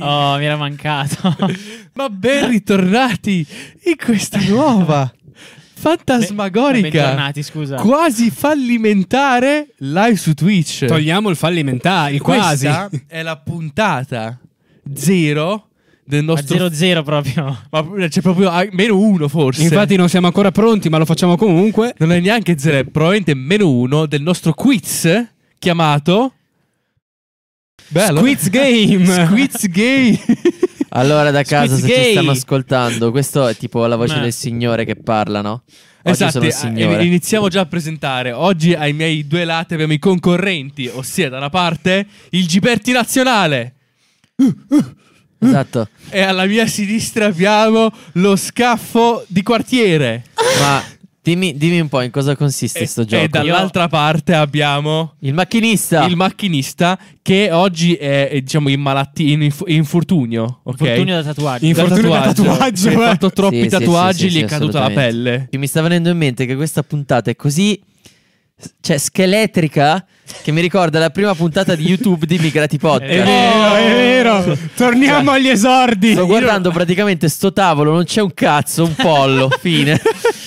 Oh, mi era mancato. Ma ben ritornati in questa nuova fantasmagorica, Bentornati, scusa. quasi fallimentare live su Twitch. Togliamo il fallimentare, il quasi. Questa è la puntata zero del A nostro... 0-0 proprio. Ma c'è proprio ah, meno uno forse. Infatti non siamo ancora pronti, ma lo facciamo comunque. non è neanche zero, è probabilmente meno uno del nostro quiz chiamato... Bello. Quiz game. Squiz Gay. Allora, da casa, se Squid ci Gay. stanno ascoltando, questo è tipo la voce Ma- del signore che parla, no? Oggi Esatto, sono il signore. eh, iniziamo già a presentare. Oggi ai miei due lati abbiamo i concorrenti, ossia da una parte il Giberti Nazionale Esatto. e alla mia sinistra abbiamo lo scaffo di quartiere. Ma dimmi, dimmi un po' in cosa consiste E, sto gioco. e dall'altra parte abbiamo Il macchinista. il macchinista che oggi è eh, diciamo in malattia, in, inf- in infortunio, ok? Infortunio da tatuaggio. Inf- Infortunio da tatuaggio, Perché eh. Ha fatto troppi Sì, sì, tatuaggi sì, e sì, gli è sì, caduta la assolutamente. pelle. Che mi sta venendo in mente che questa puntata è così. Cioè, scheletrica che mi ricorda la prima puntata di YouTube di Migrati Podcast. È Oh, è vero. Torniamo agli esordi. Sto guardando praticamente sto tavolo, non c'è un cazzo, un pollo, fine.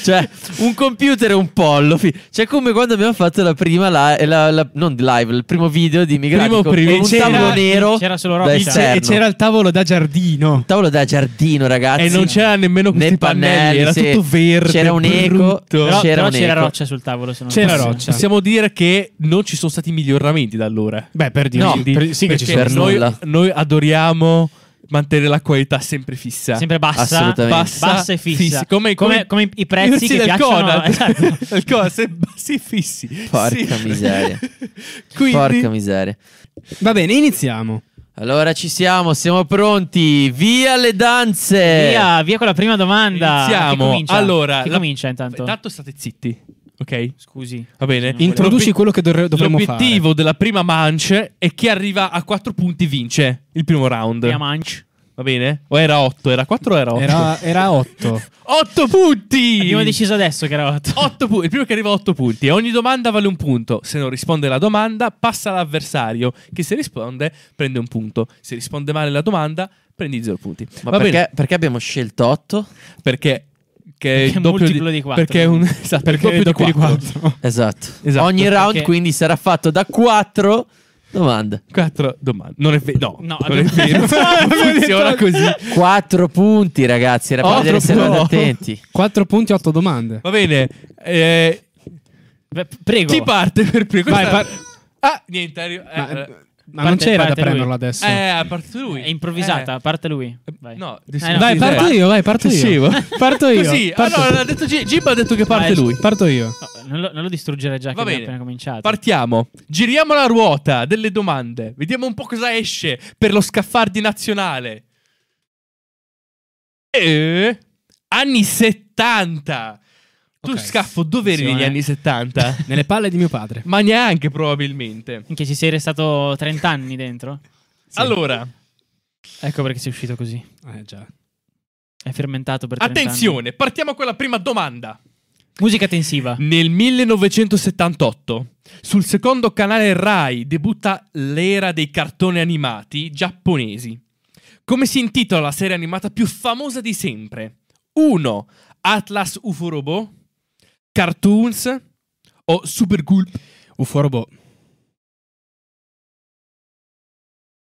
Cioè, un computer e un pollo. fi- Cioè, come quando abbiamo fatto la prima live, la, la- non live, il primo video di Migrati Primo, con, primo. con un C'era- tavolo nero. c'era solo da roba. E esterno. E c'era il tavolo da giardino. un tavolo da giardino, ragazzi. E non c'era nemmeno Né questi pannelli, pannelli, era sì. tutto verde. C'era un eco. brutto. Però, C'era però un c'era eco. roccia sul tavolo. se non C'era fosse- roccia. Possiamo dire che non ci sono stati miglioramenti da allora. Beh, per dire. No, per- sì che ci Perché sono. noi, per nulla. noi adoriamo mantenere la qualità sempre fissa. Sempre bassa. Assolutamente. Bassa, e fissa. Come, Come- come i prezzi che del piacciono, Conad. esatto. Il Conad, sempre bassi e fissi. Porca Sì. miseria. Quindi, Porca miseria. Va bene, iniziamo. Allora ci siamo, siamo pronti. Via le danze. Via, via con la prima domanda. Chi Iniziamo. comincia? Allora, Chi la- comincia intanto? Intanto state zitti, ok? Scusi. Va bene. Sì, non volevo- Introduci quello che dovre- dovremmo L'obiettivo della prima manche è chi arriva a 4 punti vince il primo round. Via Manch. Va bene? O era 8? Era 4 o era 8? fare. Era, era 8. 8 punti! Abbiamo deciso adesso che era 8. Otto pu- il primo che arriva a 8 punti e ogni domanda vale un punto. Se non risponde alla domanda, passa all'avversario che se risponde prende un punto. Se risponde male alla domanda, prendi 0 punti. Ma Va bene, perché, perché abbiamo scelto 8? perché che Perché è il doppio multiplo di quattro. Perché è un esatto, Perché il doppio di 4. Esatto. Esatto, Ogni perché- round quindi sarà fatto da 4 domande. 4 domande. Non è vero. No, No, non è abbiamo- vero. Non funziona così. 4 punti, ragazzi. Era per Quattro vedere se erano punti. attenti. 4 punti, 8 domande. Va bene. eh, Beh, Prego. chi parte per primo? Vai, Questa- par- ah, niente. arri- eh, Ma, eh, ma non parte- c'era da parte lui. prenderlo adesso. eh, a parte lui. È improvvisata, Eh. parte lui. Vai. No, Eh, no. Vai, Sì, parto vai. io, vai, parto io. Sì, va. Parto io. Eh, Così, parto, allora ha detto Gi- Gib ha detto che parte Vai, lui. parto io. No, non, lo, non lo distruggere già Va che abbiamo bene. appena cominciato. Partiamo. Giriamo la ruota delle domande. Vediamo un po' cosa esce per lo scaffardi nazionale. E... Anni 70. Tu Ok. scaffo dove eri negli Attenzione. anni 70? Nelle palle di mio padre. Ma neanche probabilmente. Minchia, ci sei restato 30 anni dentro. Allora, Ecco perché sei uscito così. Eh già. È fermentato per 30 anni. attenzione, partiamo con la prima domanda. Musica tensiva. Nel 1978, sul secondo canale Rai debutta l'era dei cartoni animati giapponesi. Come si intitola la serie animata più famosa di sempre? 1. Atlas UFO Robot, Cartoons o Super Gulp? Uforobo.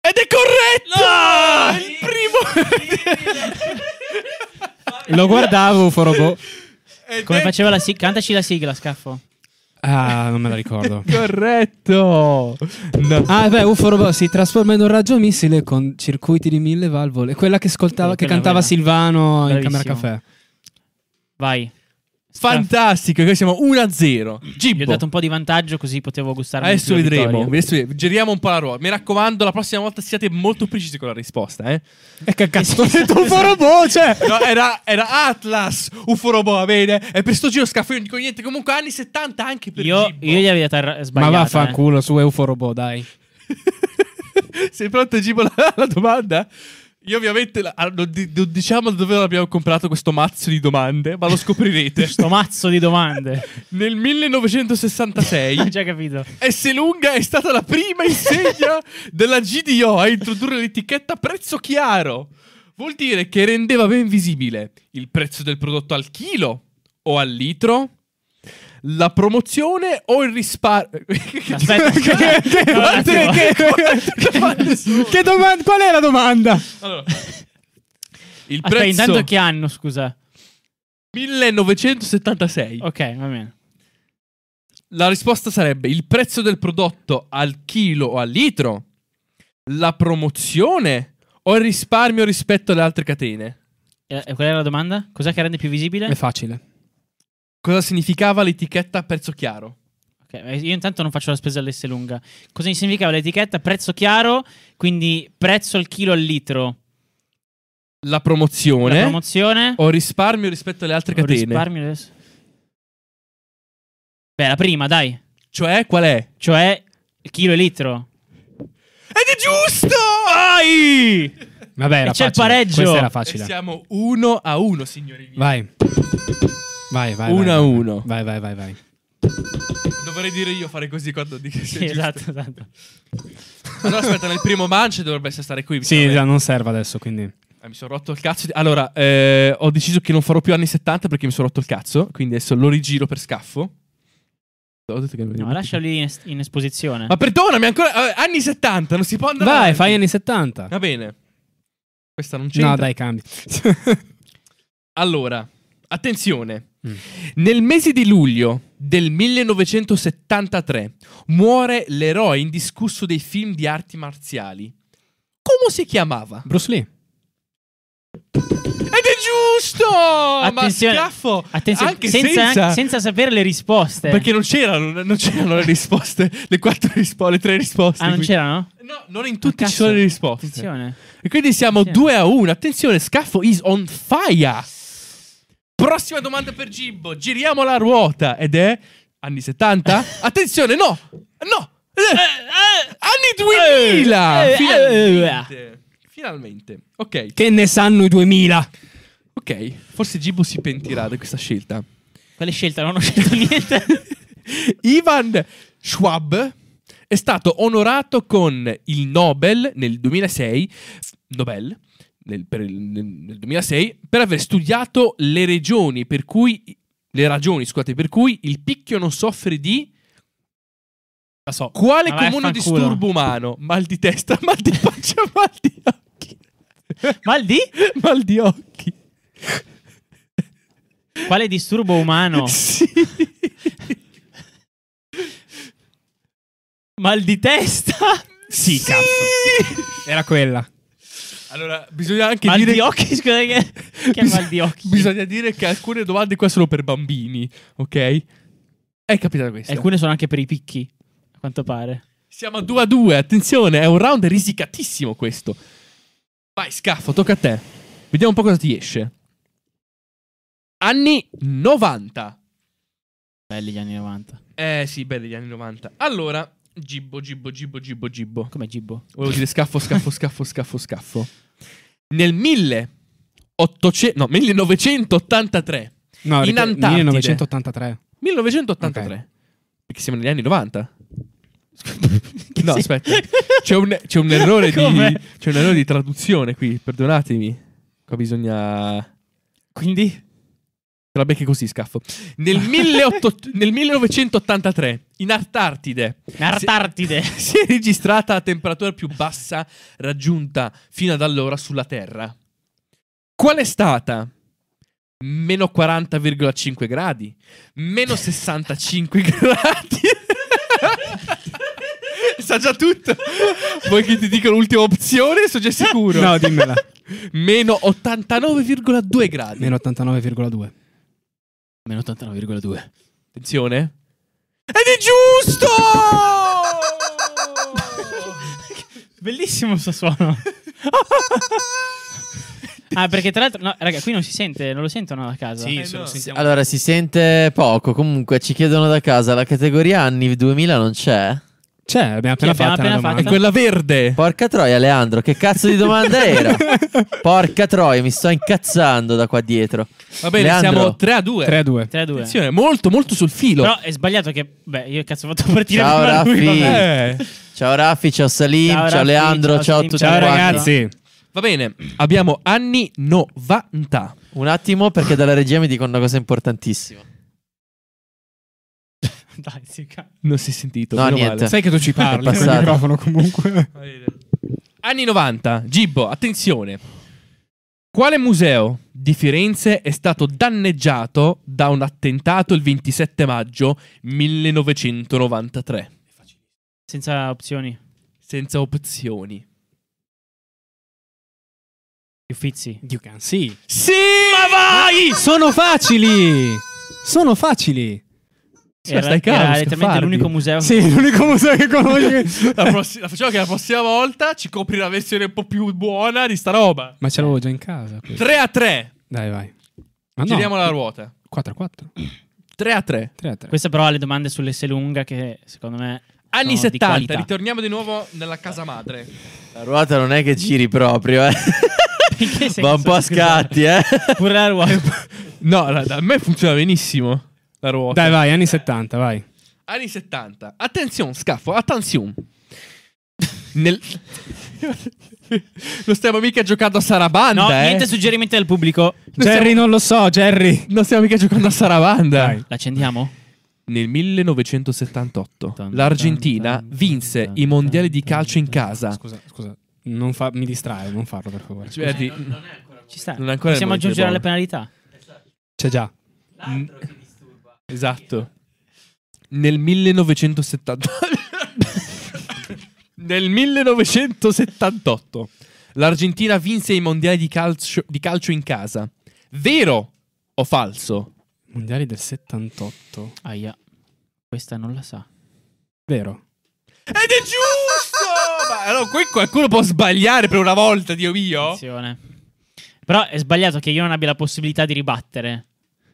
Ed è corretto! Il primo! Lo guardavo, Uforobo. Ed Come è faceva la sigla? Cantaci la sigla, scaffo. Ah, non me la ricordo. Corretto! No. Ah, beh, Uforobo si trasforma in un raggio missile con circuiti di mille valvole. Quella che ascoltava, Quella, che quella, cantava quella. Silvano in Bravissimo. camera caffè. Vai. Fantastico, che siamo 1-0. Gli ho Gibbo. dato un po' di vantaggio così potevo gustarmi di Adesso più la vedremo, vittoria. adesso ved- giriamo un po' la ruota. Mi raccomando, la prossima volta siate molto precisi con la risposta, eh. E che cazzo ho detto Uforobo, cioè! No, era, era Atlas, Uforobo, va bene? E per sto giro scaffo io non dico niente, comunque anni 70 anche per Io, Gibbo. io gli avevo dato Ma sbagliato. eh. vaffanculo su Uforobo, dai. Sei pronto Gibbo alla, alla domanda? Io ovviamente la- ah, non, di- non diciamo da dove abbiamo comprato questo mazzo di domande, ma lo scoprirete. Sto mazzo di domande. Nel 1966 Ho già capito. S. Lunga è stata la prima insegna della GDO a introdurre l'etichetta prezzo chiaro. Vuol dire che rendeva ben visibile il prezzo del prodotto al chilo o al litro, la promozione o il risparmio. Aspetta, aspetta. No, un attimo. Che domanda? Qual è la domanda? Il Aspetta, prezzo intanto che anno, scusa. 1976. Ok, va bene. La risposta sarebbe il prezzo del prodotto al chilo o al litro, la promozione o il risparmio rispetto alle altre catene. E e Eh, qual era la domanda? Cos'è che rende più visibile? È facile. Cosa significava l'etichetta a prezzo chiaro? Ok, eh, io intanto non faccio la spesa all'S lunga. Cosa significava l'etichetta? Prezzo chiaro, quindi prezzo al chilo al litro. La promozione, La promozione. o risparmio rispetto alle altre o catene? risparmio adesso? Beh, la prima, dai. Cioè, qual è? Cioè, il chilo e litro. Ed è giusto! Ai! Vabbè, era E c'è il facile. pareggio. Questa era E facile. siamo uno a uno, signori miei. Vai. Vai, vai. Uno vai, a vai. uno. Vai, vai, vai, vai. Dovrei dire io fare così quando dico che Sì, sei esatto, giusto. esatto. Allora aspetta, nel primo manche dovrebbe essere stare qui. Sì, vabbè. già non serve adesso, quindi. Eh, mi sono rotto il cazzo. di- Allora, eh, ho deciso che non farò più anni 70 perché mi sono rotto il cazzo. Quindi adesso lo rigiro per scaffo. Ho detto che- No, lascialo lì in, es- in esposizione. Ma perdonami, ancora. eh, anni 70, non si può andare. Vai, avanti. fai anni 70. Va bene. Questa non c'entra. No, dai, cambi. Allora, attenzione. Mm. Nel mese di luglio del 1973 muore l'eroe indiscusso dei film di arti marziali. Come si chiamava? Bruce Lee. Ed è giusto! Attenzione. Ma schiaffo! Attenzione, Anche senza, senza- senza sapere le risposte. Perché non c'erano, non c'erano le risposte, le quattro risposte, le tre risposte. Ah, non qui. c'erano? No, non in tutti Ah, ci cazzo. sono le risposte. Attenzione. E quindi siamo Attenzione. 2 a 1. Attenzione, Scaffo is on fire. Prossima domanda per Gibbo. Giriamo la ruota ed è anni 70? Attenzione, no! No! Eh, anni 2000! eh, eh, Finalmente. Finalmente. Ok, Che ne sanno i 2000? ok. Forse Gibbo si pentirà di questa scelta. Quale scelta? Non ho scelto niente. Ivan Schwab è stato onorato con il Nobel nel 2006, Nobel nel, per il- nel- nel 2006 per aver studiato le regioni per cui le ragioni, scusate, per cui il picchio non soffre di La so. quale Ma vai a comune fanculo. disturbo umano? Mal di testa, mal di faccia, mal di occhi. Mal di? Mal di occhi. Quale disturbo umano? Sì. Mal di testa? Sì, cazzo. Era quella. Allora, bisogna anche mal dire di occhi? Scusa, che, che Bis- mal di occhi? Bisogna dire che alcune domande qua sono per bambini, ok? È capitata questa. Alcune sono anche per i picchi, a quanto pare. Siamo a 2 a 2, attenzione, è un round risicatissimo questo. Vai, scaffo, tocca a te. Vediamo un po' cosa ti esce. Anni 90. Belli gli anni 90. Eh sì, belli gli anni 90. Allora, gibbo, gibbo, gibbo, gibbo, gibbo. Come Gibbo? Volevo dire scaffo, scaffo, scaffo, scaffo, scaffo. Nel 1800, no, 1983. No, In ripet- Antartide. 1983. 1983. Perché siamo negli anni 90. No, aspetta. C'è un, c'è un errore di, Com'è? c'è un errore di traduzione qui, perdonatemi. Qua bisogna... Te Quindi? la becchi così, scaffo. Nel, 1800 nel 1983, in Antartide, Nartartide. si è registrata la temperatura più bassa raggiunta fino ad allora sulla Terra. Qual è stata? Meno 40,5 gradi, meno 65 gradi. Sa già tutto. Vuoi che ti dica l'ultima opzione? Sono già sicuro. No, dimmela. Meno 89,2 gradi. Meno 89,2. Meno 89,2. Attenzione. Ed è giusto! Bellissimo sto suono. ah, perché tra l'altro, no, raga, qui non si sente, non lo sentono a casa. Eh, se lo no. sentiamo- Allora si sente poco. Comunque ci chiedono da casa la categoria anni 2000 non c'è. C'è, l'abbiamo Che Cioè, abbiamo appena fatta. appena una fatta. È domanda. quella verde. Porca troia, Leandro, che cazzo di domanda era? Porca troia, mi sto incazzando da qua dietro. Va bene, Leandro. siamo 3 a 2. 3 a 2. 3 a 2. Attenzione, molto, molto sul filo. Però è svagliato che. Beh, io cazzo ho fatto partire prima Ciao, lui. Raffi. vabbè. Eh. Ciao Raffi, ciao Salim, Ciao ciao, Raffi, Leandro, ciao ciao, a Salim, tutti ciao Ciao quanti. ragazzi. Va bene, abbiamo anni 90. Un attimo, perché dalla regia mi dicono una cosa importantissima. Dai, sì, ca- Non si è sentito. No, meno niente. male. Sai che tu ci parli È con il passato. microfono comunque. Anni 90. Gibbo, attenzione. Quale museo di Firenze è stato danneggiato da un attentato il 27 maggio 1993? Senza opzioni. Senza opzioni. Gli Uffizi. You can see. Sì, ma vai! Sono facili. Sono facili. Sì, ma stai calmo, era Scaffardi. letteralmente l'unico museo. Sì, l'unico museo che conosci. La prossi- la facciamo che la prossima volta ci copri la versione un po' più buona di sta roba. Ma ce l'avevo già in casa. questo. 3 a 3. Dai, vai. Ma Giriamo no. la ruota. 4 a 4. 3 a 3. 3 a 3. Eh. Queste però ha le domande sull'S lunga che secondo me. Anni sono di 70, qualità. ritorniamo di nuovo nella casa madre. La ruota non è che giri proprio, eh. In che senso? Va un po' a scatti, eh. Pure la ruota. No, la- da me funziona benissimo la ruota. Dai, vai, anni 70, vai. Anni 70. Attenzione, scaffo, attenzione. Nel... non stiamo mica giocando a Sarabanda, No, eh. niente suggerimenti dal pubblico. Jerry non lo so, Jerry. Non stiamo mica giocando a Sarabanda. Dai. L'accendiamo? Nel 1978 Tan, l'Argentina tan, tan, vinse tan, i tan, mondiali tan, di tan, calcio in tan. casa. Scusa, scusa. Non fa- mi distrae, non farlo per favore. Cioè, di- Ci sta. Non è ancora il Possiamo momento di aggiungere alle bomba. penalità. C'è già. Esatto. Nel 1970 Nel 1978 l'Argentina vinse i mondiali di calcio, di calcio in casa. Vero o falso? Mondiali del 78. Aia. Questa non la sa. Vero. Ed è giusto! Ma allora, qui qualcuno può sbagliare per una volta, Dio mio? Attenzione. Però è sbagliato che io non abbia la possibilità di ribattere.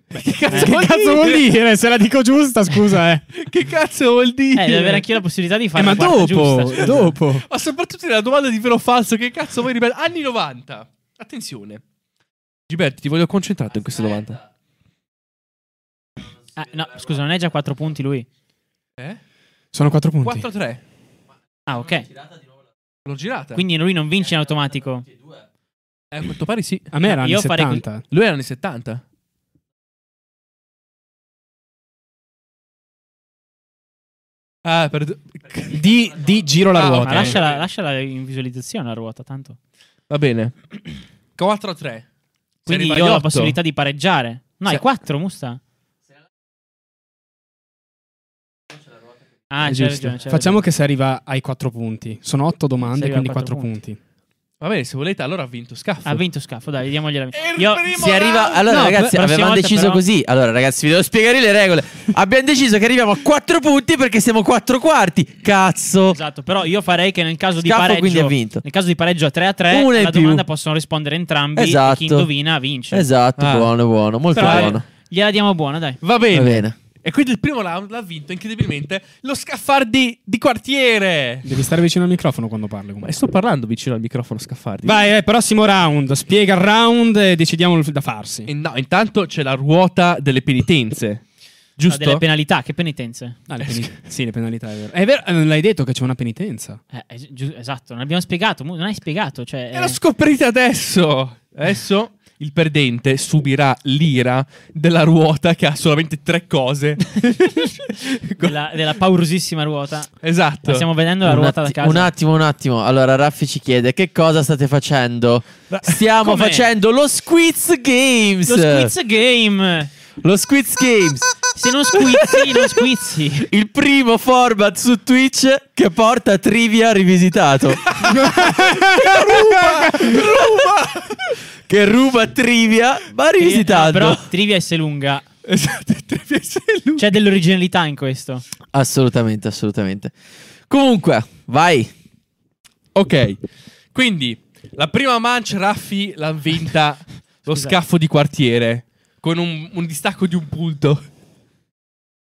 Che cazzo, Che vuol, dire? dire? Se la dico giusta, scusa, eh. Che cazzo vuol dire? Eh, devo avere anch'io la possibilità di Eh, fare ma la quarta dopo, giusta, scusa. dopo. Ma soprattutto nella domanda di vero o falso, che cazzo vuoi ripetere? Anni 90. Attenzione. Gilberto, ti voglio concentrato in questa domanda. Ah, no, scusa, non è già 4 punti lui. Eh? Sono 4 punti. 4-3. Ah, ok. L'ho girata. Quindi lui non vince in automatico. Eh, a quanto pare sì. A me era anni Io farei 70. Lui era anni 70. Ah, perdo- Di, di giro la Ah, ruota. Ma lasciala, lasciala in visualizzazione la ruota, tanto. Va bene. 4 a 3. Quindi io ho la possibilità di pareggiare. No, Se- è 4, Musta. Ah, È c'è giusto. ragione, c'hai eh. Facciamo che si arriva ai 4 punti. Sono 8 domande, certo, Si arriva quindi a 4 quattro punti. Va bene, se volete, allora ha vinto Scaffo. Ha vinto Scafo, dai, diamogliela. È il Io primo Si arriva. Allora, No, ragazzi, prossima avevamo volta deciso però- così. Allora, ragazzi, vi devo spiegare le regole. Abbiamo deciso che arriviamo a 4 punti perché siamo 4 quarti. Cazzo. Esatto, però io farei che nel caso di Scafo pareggio quindi ha vinto. Nel caso di pareggio a 3 a 3, Una in la più. domanda possono rispondere entrambi e Esatto. chi indovina vince. Esatto, Ah. buono, buono, molto Però- eh, buono. Gliela diamo buona, dai. Va bene. Va bene. E quindi il primo round l'ha vinto incredibilmente lo Scaffardi di quartiere. Devi stare vicino al microfono quando parli. comunque. sto parlando vicino al microfono Scaffardi. Vai, eh, prossimo round. Spiega il round e decidiamo il- da farsi. Eh, E no, intanto c'è la ruota delle penitenze. Ha Giusto? delle penalità, che penitenze. Ah, le peni- sì, le penalità è vero. È vero, eh, non l'hai detto che c'è una penitenza. Eh, eh, giu- esatto, non abbiamo spiegato, Mu- non hai spiegato, cioè E lo eh, scoprite adesso. Adesso il perdente subirà l'ira della ruota che ha solamente tre cose. della, della paurosissima ruota. Esatto. Ma stiamo vedendo la un, ruota da atti- casa. un attimo, un attimo. Allora, Raffi ci chiede che cosa state facendo. Ra- Stiamo Com'è? facendo lo Squiz Games. Lo squiz game. Lo Squiz Games. Se non squizzi, non squizzi. Il primo format su Twitch che porta trivia rivisitato. che ruba trivia, ma rivisitato. Eh, Però trivia S lunga. Esatto, i tre piacelli. C'è dell'originalità in questo. Assolutamente, assolutamente. Comunque, vai. Ok. Quindi, la prima mancia Raffi l'ha vinta lo Scusa. scaffo di quartiere con un, un distacco di un punto.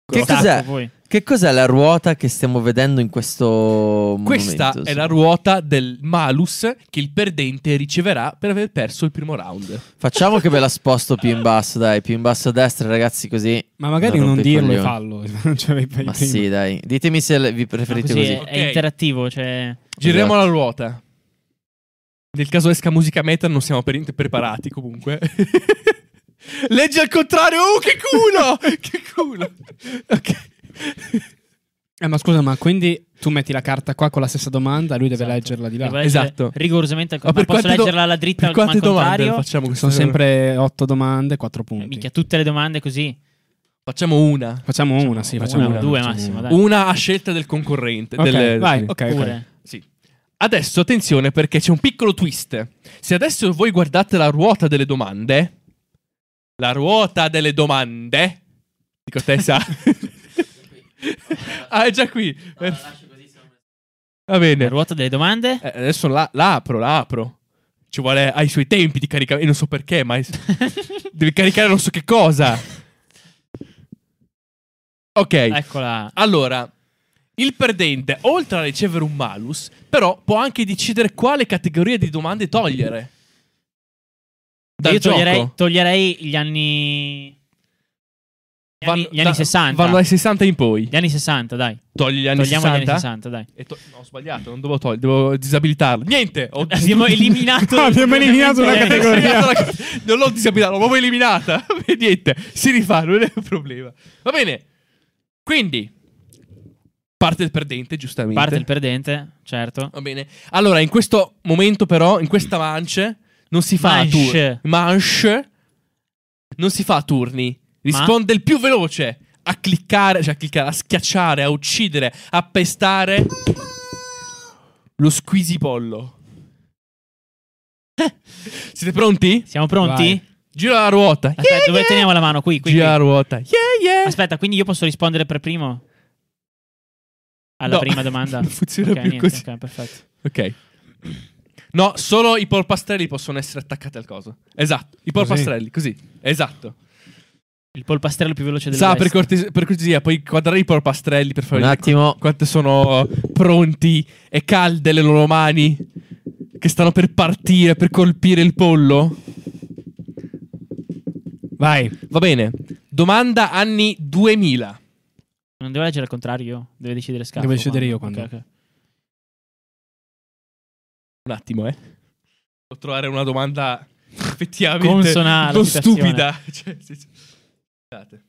Che Stacco, cos'è? poi. Che cos'è la ruota che stiamo vedendo in questo Questa momento? è la ruota del malus che il perdente riceverà per aver perso il primo round. Facciamo che ve la sposto più in basso, dai, più in basso a destra, ragazzi, così. Ma magari Non non, rompe i dirlo e coglioni. fallo. Cioè, non ce l'hai Ma prima. sì, dai. Ditemi se le- vi Ma preferite così così. è, è Ok. interattivo, cioè... Giriamo Esatto. la ruota. Nel caso esca musica meta, non siamo per niente preparati comunque. Leggi al contrario, oh che culo! che culo! Ok. Eh, ma scusa, ma quindi tu metti la carta qua con la stessa domanda, lui deve Esatto. leggerla di là. Devo leggere Esatto. Rigorosamente al Ma per quante contrario. Posso do- leggerla alla dritta per al- ma quante al domande contrario? facciamo questa Sono sera? sempre otto domande, quattro Eh, punti. Minchia, tutte le domande così. Facciamo una. Facciamo una, sì, Una, facciamo una. due facciamo massimo, una. dai. Una a scelta del concorrente. Ok, del- vai, sì. ok, ok. Pure. Sì. Adesso attenzione perché c'è un piccolo twist. Se adesso voi guardate la ruota delle domande, la ruota delle domande, dico Tessa. ah, è già qui. Perf- Va La bene. ruota delle domande. Eh, adesso la, la apro, la apro. Ci vuole ai suoi tempi di caricare. Io non so perché, ma devi caricare non so che cosa. Ok. Eccola. Allora, il perdente, oltre a ricevere un malus, però può anche decidere quale categoria di domande togliere. Dal Io gioco. toglierei, toglierei gli anni. Gli anni, Vanno- gli anni da- 60. Vanno dai 60 in poi. Gli anni 60, dai. Togli gli anni Togliamo 60. gli anni 60, dai. E to- no, ho sbagliato, non devo togliere, devo disabilitarlo. Niente, ho Abbiamo eliminato. Abbiamo eliminato una Eh, categoria. Ho disabilitato la- Non l'ho disabilitata, l'ho proprio eliminata. E Niente, si rifà, non è un problema. Va bene. Quindi, parte il perdente, giustamente. Parte il perdente, certo. Va bene. Allora, in questo momento, però, in questa manche, non si fa a Manche. tur- manche. Non si fa a turni. Risponde il più veloce a cliccare, cioè a cliccare, a schiacciare, a uccidere, a pestare. Lo squisipollo. Eh. Siete pronti? Siamo pronti? Vai. Gira la ruota. Aspetta, Yeah, dove yeah. teniamo la mano? Qui, qui. Gira qui. la ruota. Yeah, yeah. Aspetta, quindi io posso rispondere per primo? Alla No. prima domanda. Non funziona Ok, più niente, così. ok, perfetto. Ok. No, solo i polpastrelli possono essere attaccati al coso. Esatto, i polpastrelli, così. Esatto. Il polpastrello più veloce del Sa, per, West. cortes- per cortesia, puoi quadrare i polpastrelli per fare Un vedere attimo. quante sono pronti e calde le loro mani che stanno per partire, per colpire il pollo. Vai. Va bene. Domanda anni 2000. Non devo leggere al contrario, devo decidere scatto. Devo decidere qua. io quando. Ok, ok. Un attimo, eh. Devo trovare una domanda effettivamente Consona alla non situazione. stupida. Cioè, sì, sì. Scusate.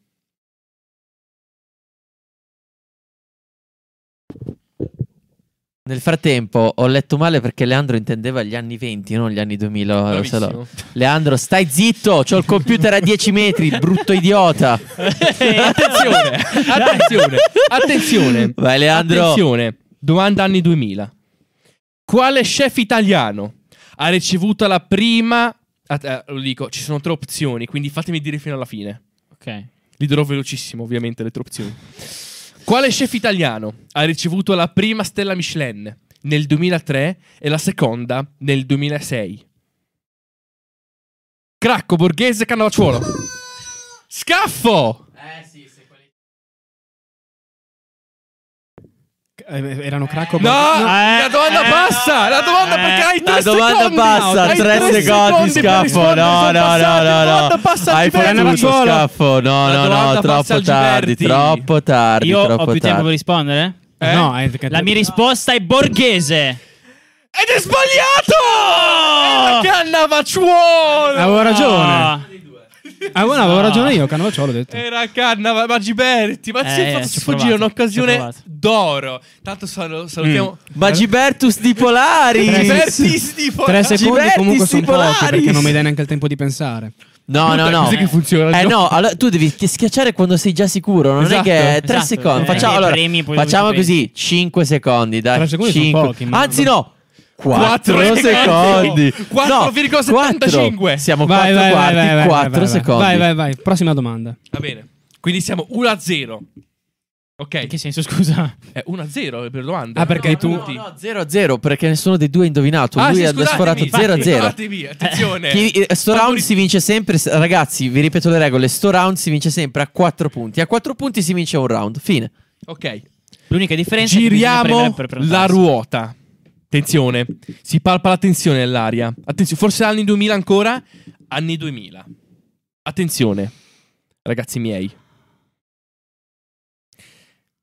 Nel frattempo ho letto male perché Leandro intendeva gli anni 20, non gli anni 2000. lo so. Bravissimo. Leandro, stai zitto, c'ho il computer a 10 metri, brutto idiota. attenzione, attenzione, attenzione. Vai Leandro. Attenzione, domanda anni 2000. Quale chef italiano ha ricevuto la prima... att- eh, lo dico, ci sono tre opzioni, quindi fatemi dire fino alla fine. Ok. Li dirò velocissimo, ovviamente, le tre opzioni. Quale chef italiano ha ricevuto la prima stella Michelin nel 2003 e la seconda nel 2006? Cracco, Borghese, Cannavacciuolo. Scaffo! Eh, erano cracco. No, Eh, la domanda eh, passa. la domanda eh, perché hai la tre domanda secondi. passa, Hai tre secondi, per Scaffo, rispondere, no, sono no, passati, no, no, La domanda no. passa Hai al fatto Giverni. scafo. La No, no, domanda no, passa troppo al tardi, Giberti. troppo tardi, Io ho troppo più tempo per tardi. rispondere? Eh? No, è- La mia risposta è borghese. Ed è sbagliato! È la Cannavacciuolo! Avevo ragione. Ah, Ah, no, avevo ragione io, Canovacciolo ho detto. Era Cannava, ma Giberti, ma si Eh, è fatto ci ho sfuggire provato, ci ho un'occasione provato. d'oro. Tanto sal- salutiamo Ma Gibertus di Mm. Tre Polaris. Giberti Stifo. Tre secondi Giberti comunque sono pochi Stipolaris. perché non mi dai neanche il tempo di pensare. No, no, no. Così che funziona. Eh il gioco. no, allora tu devi ti schiacciare quando sei già sicuro, non Esatto, è che è 3 esatto. secondi. Eh, Facciamo, i allora, premi poi facciamo dopo ci così, 5 secondi, dai. Tre secondi sono Cinque. pochi, ma- Anzi no. 4, Quattro secondi. secondi. 4,75. quattro. Siamo 4 Vai, vai, vai, vai, vai, quarti, 4 vai, secondi. Vai, vai, vai. Prossima domanda. Va bene. Quindi siamo 1 a 0. Ok. in che senso, scusa? È 1 a 0 per domanda. Ah, perché tu- No, no, 0 0 perché nessuno dei due ha indovinato. Ah, Cioè, Lui sì, ha scusatemi, sforato 0 infatti, 0. scusatemi, attenzione. eh, eh, sto round si vince sempre, s- ragazzi. Vi ripeto le regole: sto round si vince sempre a 4 punti. A 4 punti si vince un round. Fine. Ok. L'unica differenza è che bisogna Giriamo premere per la prenotarsi. ruota. Attenzione, si palpa la tensione nell'aria. Attenzione, forse anni 2000 ancora? Anni 2000. Attenzione, ragazzi miei.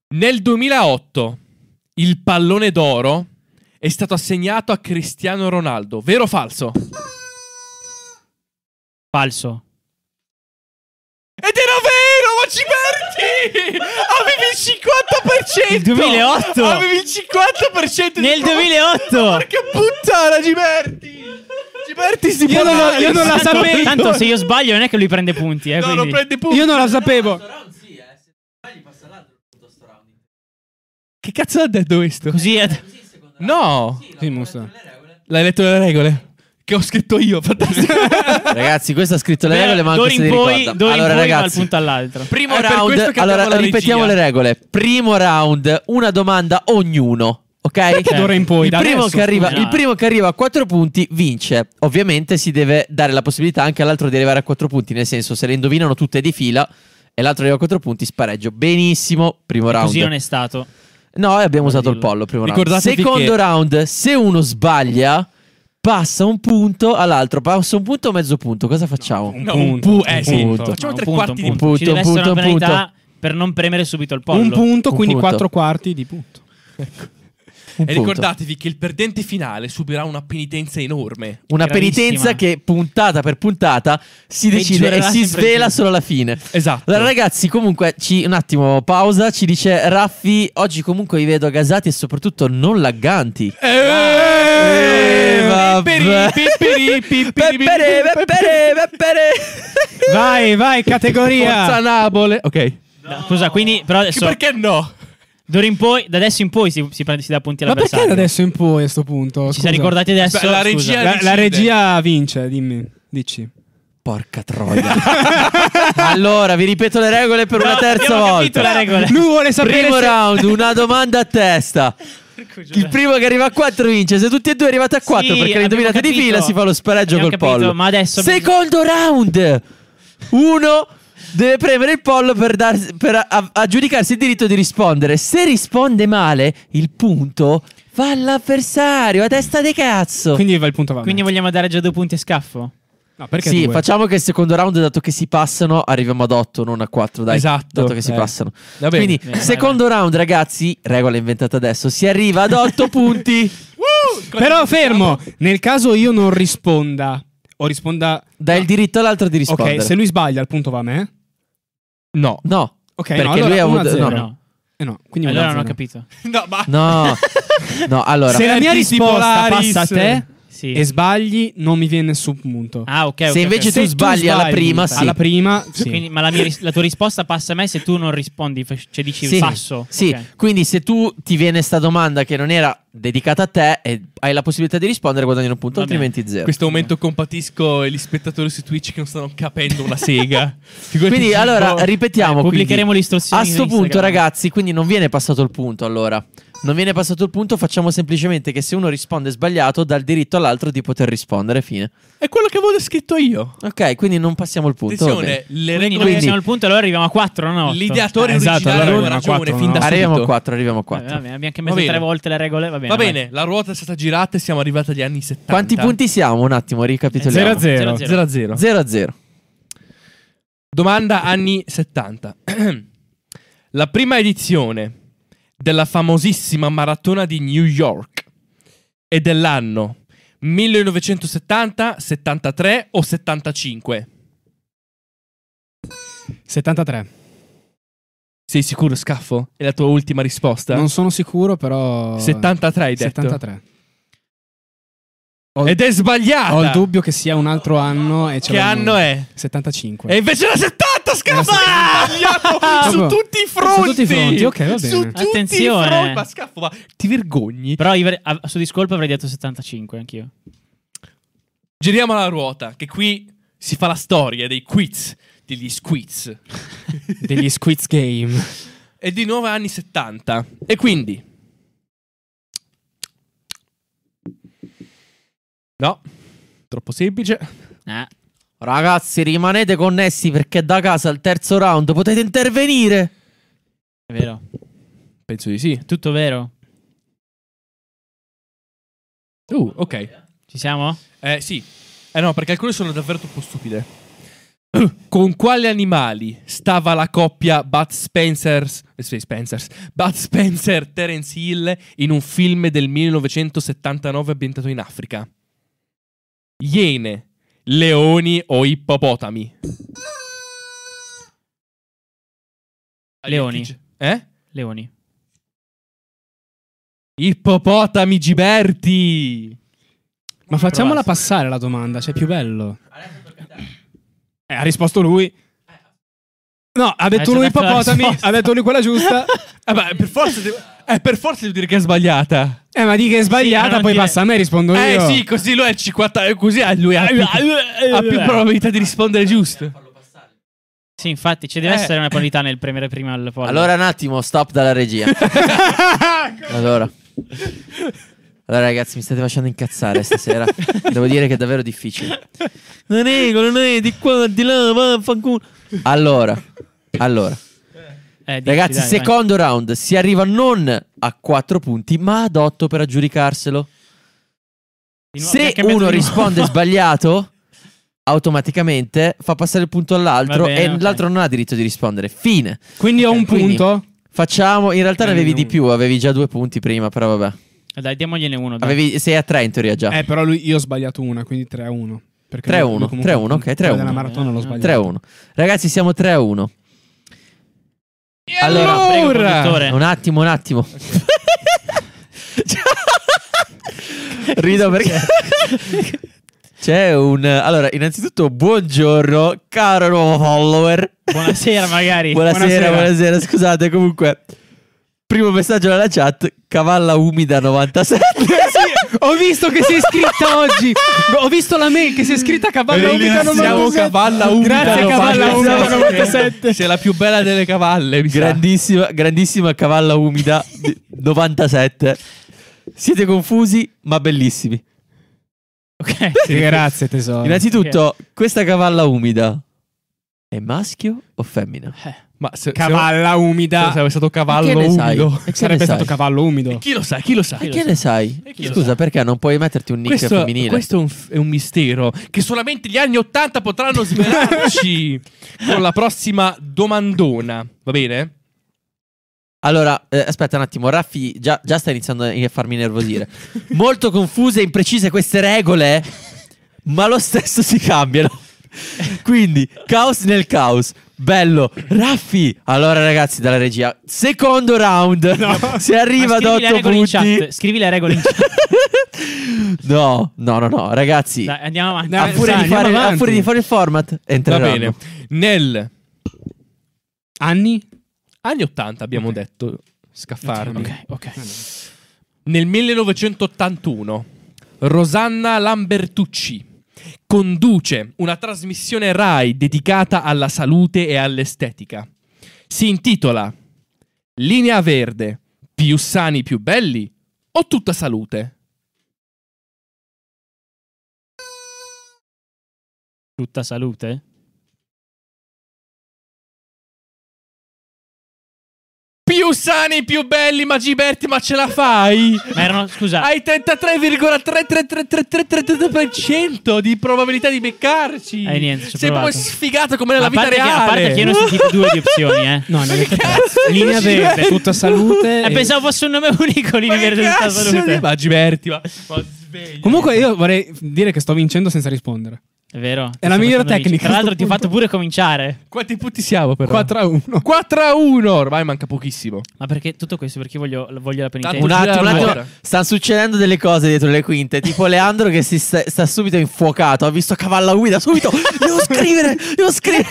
Nel 2008 il pallone d'oro è stato assegnato a Cristiano Ronaldo. Vero o falso? Falso. Ed era vero, ma ci perdi! Avevi il 50%! Nel 2008! Avevi il 50% di Nel prob- 2008! Porca puttana, Giberti! Giberti si Io non può la- dare, io non la tanto- eh. sapevo. Tanto se io sbaglio non è che lui prende punti, eh, No, non quindi- prende punti. Io non la Ah, sapevo. eh. Che cazzo ha detto questo? Così è- No! Sì, mostro. L'hai letto le regole? Che ho scritto io, fantastico. Ragazzi, questo ha scritto le regole, ma d'ora anche se in ne poi, ricorda. d'ora in Allora, poi va dal ragazzi, punto all'altro. Primo È per questo che allora ripetiamo le regole. Primo round, una domanda ognuno. Ok? Perché D'ora in poi, il, da primo adesso, che arriva, scusa. il primo che arriva a 4 punti vince. Ovviamente si deve dare la possibilità anche all'altro di arrivare a 4 punti. Nel senso, se le indovinano tutte di fila e l'altro arriva a 4 punti, spareggio. Benissimo, primo round. Così non è stato. No, e abbiamo usato il Dillo. pollo primo round. Ricordatevi Secondo che- round, se uno sbaglia, passa un punto all'altro, passa un punto o mezzo punto. Cosa facciamo? un No, un punto, pu- eh un sì. punto. Facciamo No, tre un punto, quarti di un punto. punto. Ci deve Un essere una punto, un penalità per non premere subito il pollo. Un punto, Un quindi punto. quattro quarti di punto. Un E punto. ricordatevi che il perdente finale subirà una penitenza enorme. Una Gravissima. penitenza che puntata per puntata si decide e Peggiorerà si sempre svela più. solo alla fine. Esatto. Allora, ragazzi, comunque, ci- un attimo, pausa. Ci dice Raffi, oggi comunque vi vedo gasati e soprattutto non lagganti. Eh, vabbè. pipperi, pipperi, pipperi, Peppere, peppere, peppere. Vai, vai, Forza categoria. Napoli. Ok. No, Scusa, quindi però Che adesso, perché no? d'ora in poi, da adesso in poi si, si, prende- si dà punti Ma perché all'avversario. da adesso in poi a sto punto? Ci siamo Scusa. ricordati adesso? Beh, la Scusa. regia- La, la Decide. regia vince, dimmi. Dici. Porca troia. allora, vi ripeto le regole per una No, terza abbiamo capito volta. la regola. Lui vuole sapere Primo se- round, una domanda a testa. Il primo che arriva a 4 vince. Se tutti e due arrivate a 4 Sì, perché abbiamo le indovinate di capito. fila, si fa lo spareggio Abbiamo col capito, pollo. ma adesso- Secondo round, uno deve premere il pollo per, dar- per a- a- aggiudicarsi il diritto di rispondere. Se risponde male, il punto va all'avversario a testa di cazzo. Quindi va il punto avanti. Quindi vogliamo dare già due punti a scaffo? No, perché sì, due? facciamo che il secondo round, dato che si passano, arriviamo ad 8, non a 4. Dai, Esatto, Dato che si eh. passano. Va bene. Quindi, Bene, secondo round, ragazzi, regola inventata adesso, si arriva ad 8 punti. Però fermo, nel caso io non risponda o risponda Dà il diritto all'altro di rispondere. Ok, se lui sbaglia il punto va a me. eh? No. No, Ok, Perché no, allora lui ha uno a avuto- zero. No, no. Eh no, quindi uno allora a non ho zero. capito. No, ma no, no, allora. Se la mia Ferdi risposta Polaris. passa a te Sì. e sbagli, non mi viene nessun punto. ah, ok. ok, Se ok. invece Se tu sbagli alla prima, sì. alla prima, sì. Quindi- ma la, mia ris- la tua risposta passa a me se tu non rispondi, fe- cioè dici Sì. passo. Sì, Ok. quindi se tu ti viene sta domanda che non era dedicata a te e hai la possibilità di rispondere guadagni un punto, Va bene. altrimenti zero. In questo momento compatisco gli spettatori su Twitch che non stanno capendo una sega. Figurati Quindi tipo- allora Eh, ripetiamo pubblicheremo le quindi. istruzioni A su sto punto Instagram. ragazzi, quindi non viene passato il punto allora. Non viene passato il punto, facciamo semplicemente che se uno risponde sbagliato dà il diritto all'altro di poter rispondere, fine. È quello che avevo scritto io. Ok, quindi non passiamo il punto. va bene. Attenzione, le Quindi regole. noi Quindi- siamo al punto, allora arriviamo a 4, no? L'ideatore Eh, esatto, originale allora aveva una ragione quattro, fin no? da Arriviamo a subito. 4, arriviamo a 4. abbiamo anche messo bene. tre volte le regole. Va bene. Va bene, la ruota è stata girata e siamo arrivati agli anni 70. Quanti punti siamo? Un attimo, Zero a ricapitoliamo. zero. 0 a 0. 0 a 0. Domanda anni 70. La prima edizione della famosissima maratona di New York è dell'anno 1970, 73 o 75? 73. Sei sicuro, Scaffo? È la tua ultima risposta? Non sono sicuro, però 73 hai detto. 73. Ho, Ed è sbagliata. ho il dubbio che sia un altro anno e ce Ah, che l'hanno- anno è? 75. E invece la 70 scappa! Sbagliato Ah, su Proprio- tutti i fronti. su tutti i fronti, ok, va Su bene. tutti i Attenzione. fronti, ma Scaffo, ma ti vergogni? Però io avrei- a, su discolpo avrei detto 75 anch'io. Giriamo la ruota, che qui si fa la storia dei quiz, degli squiz. degli Squids Game. E di nuovo anni 70. E quindi... No, troppo semplice. Ah, Ragazzi, rimanete connessi perché da casa al terzo round potete intervenire. è vero. Penso di sì. Tutto vero? Uh, ok. Ci siamo? Eh sì. Eh no, perché alcune sono davvero troppo stupide. Con quali animali stava la coppia Bud Spencers, eh, sì, Spencers, Bud Spencer Terence Hill in un film del 1979 ambientato in Africa? Iene, leoni o ippopotami? Leoni. Eh? Leoni. Ippopotami Giberti! Ma facciamola passare la domanda, c'è più bello. Eh, ha risposto lui. No, ha detto già lui detto la ippopotami, risposta. ha detto lui quella giusta. Eh beh, per forza devo, eh, per forza devo dire che è sbagliata. Eh, ma di che è ma sbagliata, non poi dire- passa a me e rispondo Eh io. sì, così lui è il 50 eh, così eh, lui ha più, ha Eh. più probabilità di rispondere giusto. Sì, infatti, ci deve Eh. essere una qualità nel premere prima il pollo. Allora un attimo, stop dalla regia. allora. Allora ragazzi, mi state facendo incazzare stasera. Devo dire che è davvero difficile. Non è, non è, di qua, di là, vaffanculo. Allora, allora. Eh, dici, Ragazzi, dai, vai. secondo round si arriva non a 4 punti, ma ad 8 per aggiudicarselo. Di nuovo, abbiamo Se cambiato uno di nuovo. risponde sbagliato, automaticamente fa passare il punto all'altro Va bene, e ok. l'altro non ha diritto di rispondere. Fine. Quindi ho un Quindi- punto. Facciamo, in realtà ne avevi di Almeno più, avevi già due punti prima, però vabbè. Dai, diamogliene uno. dai. Avevi 6 a 3 in teoria già. Eh, però lui, io ho sbagliato una, quindi 3 a 1. 3 a 1, 3 a 1, ok, 3 a 1. Della maratona l'ho Eh, sbagliato. 3 a 1. Ragazzi, siamo 3 a 1. Allora, prego, produttore. Un attimo, un attimo. Rido perché c'è un Allora, innanzitutto buongiorno caro nuovo follower. Buonasera, magari. Buonasera, buonasera, Buonasera. scusate, comunque primo messaggio dalla chat, cavalla umida 97. Ho visto che sei iscritta oggi. Ho visto la mail che sei iscritta a Cavalla Umida Ringraziamo 97. Cavalla Umida Grazie 97. Cavalla Umida 97. Sei la più bella delle cavalle, mi sa. grandissima, grandissima cavalla umida di- 97. Siete confusi, ma bellissimi. Ok. Eh, Grazie tesoro. Innanzitutto, questa cavalla umida è maschio o femmina? Ma se, se- Cavalla se Umida. sarebbe stato cavallo Che ne sai? umido. E che ne Sarebbe stato sai? Cavallo Umido. Chi lo sa, chi lo sa? E che ne sai? E chi lo Scusa, sa? perché non puoi metterti un nick Questo, femminile? questo è, un, f- è un mistero che solamente gli anni 80 potranno svelarci con la prossima domandona. Va bene? Allora, eh, aspetta un attimo, Raffi già, già sta iniziando a farmi nervosire. Molto confuse e imprecise queste regole, eh, ma lo stesso si cambiano. Quindi, caos nel caos. Bello, Raffi. Allora, ragazzi, dalla regia, secondo round. Se Ma arriva scrivi ad le 8 regole in chat. punti. Scrivi le regole in chat. no, no, no, no, ragazzi. Dai, andiamo avanti. Dai, a, dai, furia di andiamo fare, a avanti. furia di fare il format, Va entreranno. bene. Nel Anni? anni 80 abbiamo detto scaffarmi. Ok, ok. Nel 1981 Rosanna Lambertucci conduce una trasmissione RAI dedicata alla salute e all'estetica. Si intitola Linea verde, più sani, più belli o tutta salute? Tutta salute? Più sani, più belli, ma Giberti, ma ce la fai? Ma erano, scusa, Hai 33,333333% di probabilità di beccarci. Eh, niente, ci ho Sei proprio provato. sfigato come nella a vita parte, che, a reale. parte che io ne ho sentito due di opzioni, eh. No, ne ho detto tre. Cazzo di Linea verde, Giberti. tutta salute. Eh, e- pensavo fosse un nome unico, linea Ma che verde tutta cazzo di- salute. Ma Giberti, ma, ma sveglia. Comunque io vorrei dire che sto vincendo senza rispondere. È vero. ti la sto migliore facendo vincere. tecnica, Tra l'altro ti ho sto fatto pure cominciare. Quanti punti siamo però? 4 a 1. 4 a 1, ormai manca pochissimo. Ma perché tutto questo? Perché voglio, voglio la penitenza. Un Gira attimo, un la attimo. ruota. Stanno succedendo delle cose dietro le quinte. Tipo Leandro che si sta, sta subito infuocato. Ha visto Cavalla Guida subito. Devo scrivere, devo scrivere.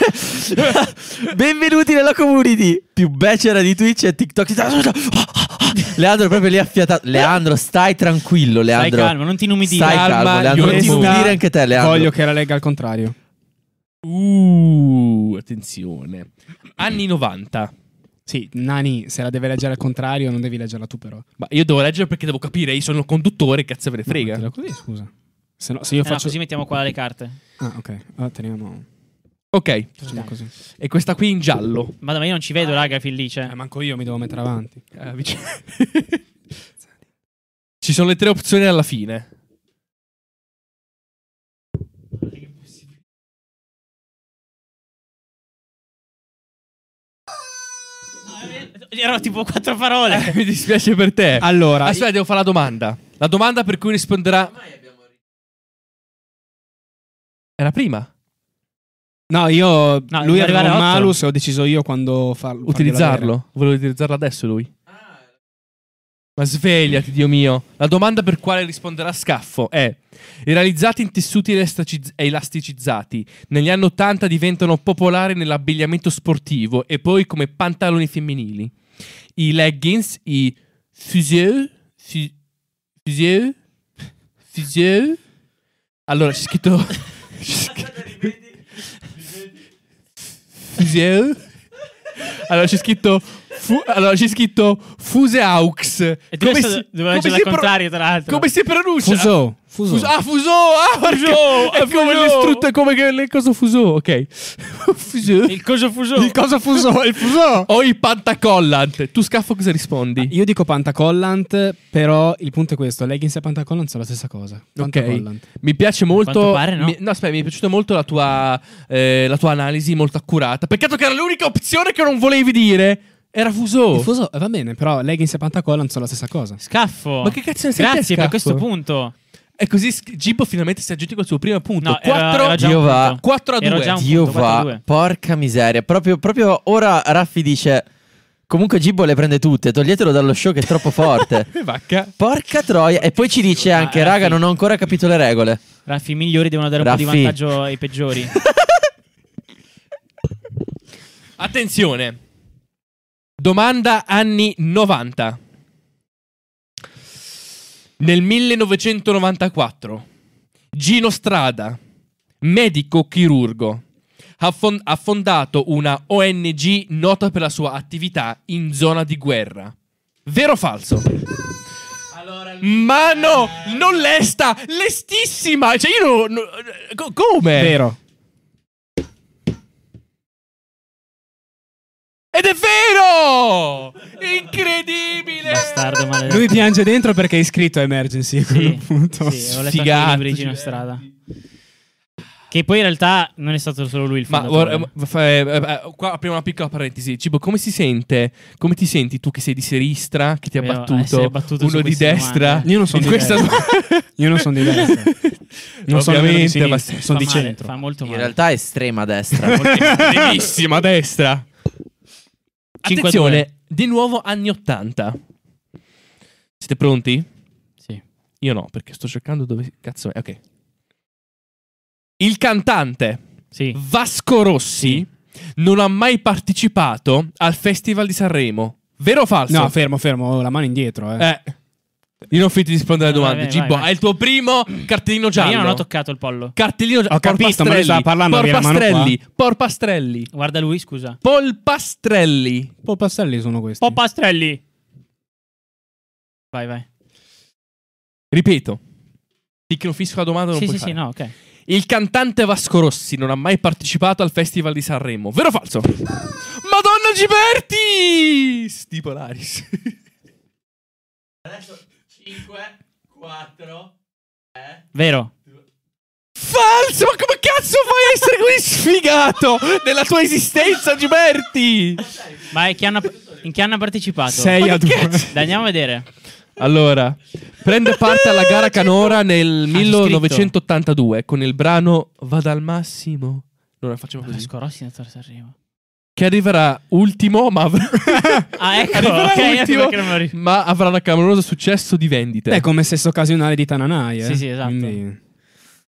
Benvenuti nella community. Più becera di Twitch e TikTok. Leandro proprio lì affiatato. Leandro, stai tranquillo, Stai Leandro. calmo, non ti inumidire. Stai Calma, calmo, Leandro. Non ti Questa- inumidire anche te, Leandro. Voglio che la legga al contrario. Uh, attenzione. Anni 90. Sì, Nani, se la deve leggere al contrario, non devi leggerla tu, però. Ma io devo leggere perché devo capire, io sono il conduttore, cazzo ve ne frega. Mettila così, scusa. Se, no, se io Eh no, faccio. così mettiamo qua le carte. Ah, ok. Allora, teniamo. Ok, Facciamo così. e questa qui in giallo. Madonna, ma io non ci Ah. vedo, raga, fin lì, cioè. Eh, manco io mi devo mettere avanti. Eh, vic- Ci sono le tre opzioni alla fine. Erano tipo quattro parole. Eh, mi dispiace per te. Allora, Aspetta, devo fare la domanda. La domanda per cui risponderà. Era prima. no, io No, lui devo aveva arrivare un a otto. malus e ho deciso io quando farlo Utilizzarlo. Volevo utilizzarlo adesso lui. Ma svegliati, Dio mio. La domanda per quale risponderà Scaffo è: I realizzati in tessuti elastici- elasticizzati negli anni 80 diventano popolari nell'abbigliamento sportivo e poi come pantaloni femminili. I leggings, i fuseu, fu- fuseu, fuseu. Allora c'è scritto. c'è scritto- Eh. Fuseu. Allora c'è scritto. fu- allora c'è scritto Fuseaux. E tu adesso dovevo leggere al pro- contrario, tra l'altro. Come si pronuncia? Fuso, Cioè, fuso. Fuso- Ah, Fuso! Ah, Fuso! È come Fuso! l'istrutto, è come che le cosa Fuso, ok. Fuso. Il coso fuso. Il cosa fuso? Il fuso. O i pantacollant. Tu scaffo cosa Ah, rispondi? Io dico pantacollant, però il punto è questo: leggings e pantacollant sono la stessa cosa. Pantacollant. Mi piace molto. Quanto pare, no? mi- aspetta, mi è piaciuta molto la tua, eh, la tua analisi molto accurata. Peccato che era l'unica opzione che non volevi dire. Era Fuso. Oh. Il fuso eh, va bene, però leggings e pantacollant sono la stessa cosa. Scaffo. Ma che cazzo ne sai te, Grazie per Scaffo? questo punto. E così Sch- Gibbo finalmente si è aggiunto col suo primo punto. No, era- 4 era già un Dio va. punto. 4 a 2. Ero già un Dio punto, quattro a va, due. porca miseria. Proprio, proprio ora Raffi dice: Comunque Gibbo le prende tutte, toglietelo dallo show che è troppo forte. Vacca. Porca troia. E poi ci dice Ah, anche: Raffi. Raga, non ho ancora capito le regole. Raffi, i migliori devono dare un po' Raffi. di vantaggio ai peggiori. Attenzione. Domanda anni 90. Nel 1994 Gino Strada, medico chirurgo, ha, fon- ha fondato una ONG nota per la sua attività in zona di guerra. Vero o falso? Ma no, non lesta, lestissima. Cioè io non- non- co- Eh. come? Vero. Ed è vero! Incredibile! Bastardo maledetto. Lui piange dentro perché è iscritto a Emergency. Eh. sì, punto. sì, ho letto anche Sfigato, i libri di Gino sì. Strada. Che poi in realtà non è stato solo lui il Ma fondatore. vorrei- fa- eh, eh, qua apriamo una piccola parentesi. Cibo, come si sente? Come ti senti tu che sei di sinistra, che ti ha Vero, battuto, essere eh, battuto su uno di queste destra? domande. Io non sono In di questa- destra. Io non sono di destra. Non sono nemmeno di Ovviamente, ma sinistra, sono fa di male, centro. Fa molto In male. realtà è estrema destra. Cioè, Benissima destra. Cinque a Attenzione, di nuovo anni 80. Siete pronti? Sì. Io no, perché sto cercando dove cazzo è. Ok. Il cantante Sì. Vasco Rossi non ha mai partecipato al Festival di Sanremo. Vero o falso? No, fermo, fermo, ho la mano indietro. Eh. eh. Io non ho finito di rispondere alle No, domande. vai, vai, Gibbo, vai. hai il tuo primo cartellino Ma giallo. Io non ho toccato il pollo. Cartellino giallo. Ho capito, ma lui stava parlando, aveva la mano qua. Porpastrelli. Porpastrelli. Guarda lui, scusa. Polpastrelli. Polpastrelli sono questi. Popastrelli. Vai, vai. Ripeto. Ti confisco la domanda non Sì, puoi sì, sì, fare. no, ok. Il cantante Vasco Rossi non ha mai partecipato al Festival di Sanremo. Vero o falso? Madonna Giberti! Sti Polaris. 5, 4. Vero. Falso! Ma come cazzo fai a essere così sfigato nella tua esistenza, Giberti? Ma è che hanno- in che hanno partecipato? 6 a 2. Dai, andiamo a vedere. Eh, Allora, prende parte alla gara canora nel c'è 1982 con il brano Vada al massimo. Allora facciamo così. Vasco Rossi, dottor Sanremo. Che arriverà ultimo, ma avrà, Ah, ecco, Arriverà ok, ecco ultimo. perché non me lo ricordo. ma avrà un clamoroso successo di vendite. È come sesso occasionale di Tananai. Eh. Sì, sì, esatto. Quindi-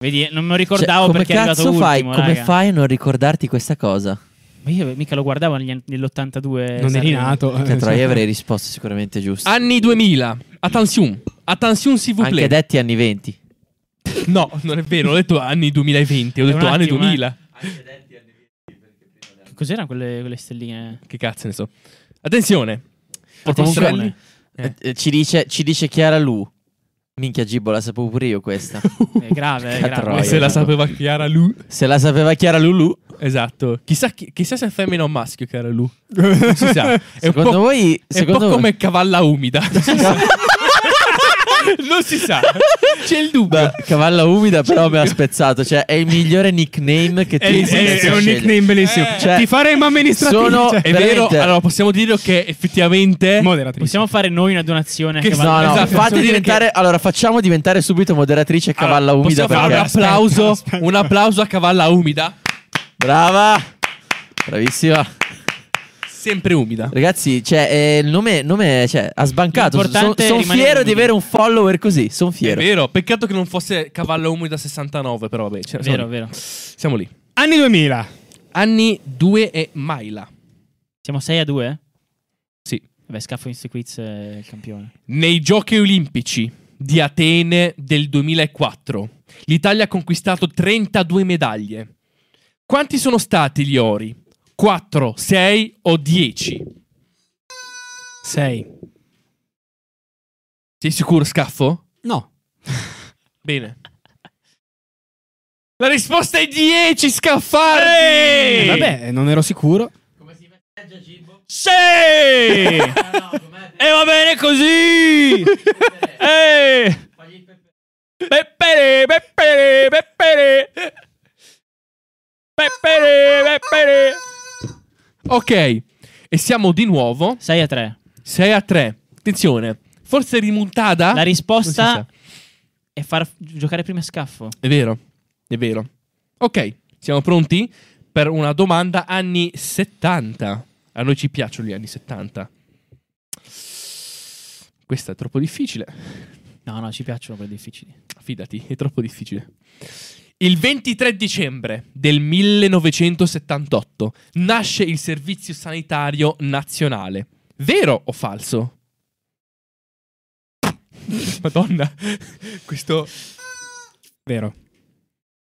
Vedi, non me lo ricordavo Cioè, come perché è arrivato cazzo fai? ultimo, come raga. fai a non ricordarti questa cosa? Ma io mica lo guardavo negli anni- nell'82. non eri Sanremo. nato. Che eh, troia, cioè. io avrei risposto sicuramente giusto. Anni 2000. Attenzione. Attenzione, si vous Anche plaît. detti anni 20. No, non è vero. Ho detto anni 2020. Ho Un detto anni attimo, eh. 2000. Cos'erano quelle, quelle stelline? Che cazzo ne so. Attenzione. Attenzione. Porpastrelli. Eh. Eh, Ci, dice, ci dice Chiara Lu. Minchia Gibbo, la sapevo pure io questa. È Eh, grave, è Che grave. troia. Se la sapeva Chiara lui. Se la sapeva Chiara Lulu, Esatto. Chissà, chi- chissà se è femmina o maschio che era lui. Non si sa. È Secondo un po', voi, è un po' secondo voi- come cavalla umida. Non si sa. Non si sa. C'è il dubbio. Beh, Cavalla umida però mi ha spezzato, cioè è il migliore nickname che tu È, possa è- è un scegliere. nickname bellissimo. Eh, cioè, Ti faremo amministrativo. sono- cioè. È vero, veramente. allora possiamo dire che effettivamente Moderatrice. Possiamo fare noi una donazione? Che che s- vada- No, no, Esatto, fate possiamo dire diventare Allora facciamo diventare subito moderatrice Cavalla Umida possiamo fare perché un Aspetta, applauso, aspetta. un applauso a cavalla umida, Brava Bravissima sempre umida. Ragazzi, cioè, eh, il nome, nome, cioè, ha sbancato Sono L'importante è rimanere fiero di umili. avere un follower così, sono È fiero vero, peccato che non fosse cavalla umida 69, però vabbè, c'era- Vero, siamo, lì. vero. siamo lì. Anni 2000. Anni 2 e Maila. Siamo 6 a 2? Sì. Vabbè, scaffo in sti quiz eh, il campione. Nei giochi olimpici di Atene del 2004, l'Italia ha conquistato 32 medaglie. Quanti sono stati gli ori? 4, 6 o 10? 6. Sei sicuro, Scaffo? No. Bene. La risposta è 10, Scaffardi! Eh, vabbè, non ero sicuro. Sì! e Ah, Eh, va bene così! Ehi! Peppere, peppere, peppere! Peppere, peppere! Ok, e siamo di nuovo 6 a 3. 6 a 3. Attenzione, forse rimontata? Ah, La risposta Non è far giocare prima a scaffo. È vero, è vero. Ok, siamo pronti per una domanda anni 70. A noi ci piacciono gli anni 70. Questa è troppo difficile. No, no, ci piacciono quelle difficili. Fidati, è troppo difficile. Il 23 dicembre del 1978 nasce il Servizio Sanitario Nazionale. Vero o falso? Madonna, questo... Vero.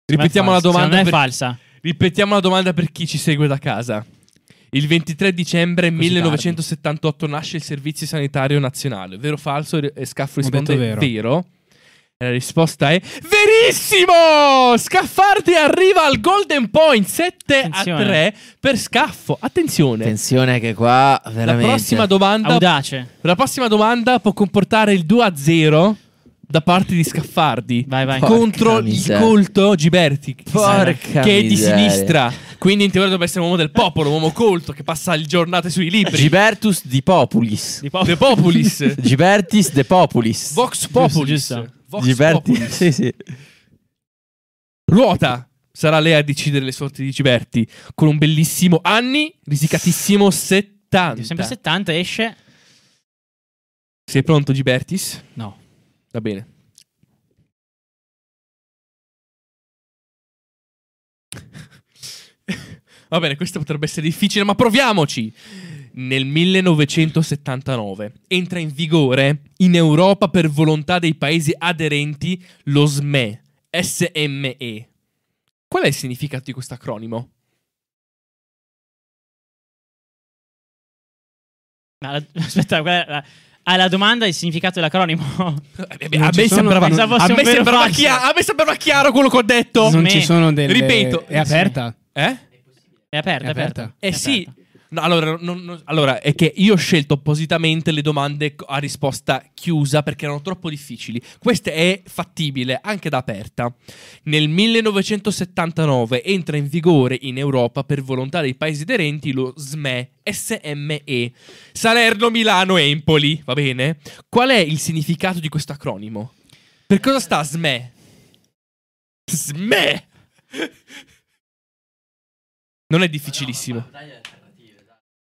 Ripetiamo la domanda. Non è per- falsa. Ripetiamo la domanda per chi ci segue da casa. Il 23 dicembre Così 1978 nasce il Servizio Sanitario Nazionale. Vero o falso? E Scaffo Ho risponde detto vero. E la risposta è verissimo! Scaffardi arriva al golden point 7 Attenzione. a 3 per Scaffo. Attenzione. Attenzione che qua, La veramente prossima, domanda, Audace. la prossima domanda può comportare il 2 a 0 da parte di Scaffardi Vai, vai. Porca contro il miseria. colto Giberti. Porca che è di miseria. sinistra. Quindi in teoria dovrebbe essere un uomo del popolo, un uomo colto che passa le giornate sui libri. Gibertus di Populis Di Paolo. The Populis. Gibertis de Populis Vox Populis. giusto. Vox Giberti, Populis. sì, sì. Ruota. Sarà lei a decidere le sorti di Giberti con un bellissimo anni, risicatissimo 70. Sempre 70 esce. Sei pronto Gibertis? No. Va bene. Va bene, questo potrebbe essere difficile, ma proviamoci. Nel 1979 entra in vigore in Europa per volontà dei paesi aderenti lo SME, SME. Qual è il significato di questo acronimo? Ma la- aspetta, quella- la- alla domanda il significato dell'acronimo. Eh, Non A ci me sono- sembrava, pensavo a fosse un me vero sembrava falso. chiaro, a me sembrava chiaro quello che ho detto. Non me- ci sono delle Ripeto. È aperta. Eh? È aperta, è È aperta. aperta. È Eh sì. aperta. No, allora, non- non- allora, è che io ho scelto appositamente le domande co- a risposta chiusa perché erano troppo difficili. Questa è fattibile anche da aperta. Nel 1979 entra in vigore in Europa per volontà dei paesi aderenti lo SME, SME, Salerno, Milano, Empoli, va bene? Qual è il significato di questo acronimo? Per cosa sta SME? SME! Non è difficilissimo.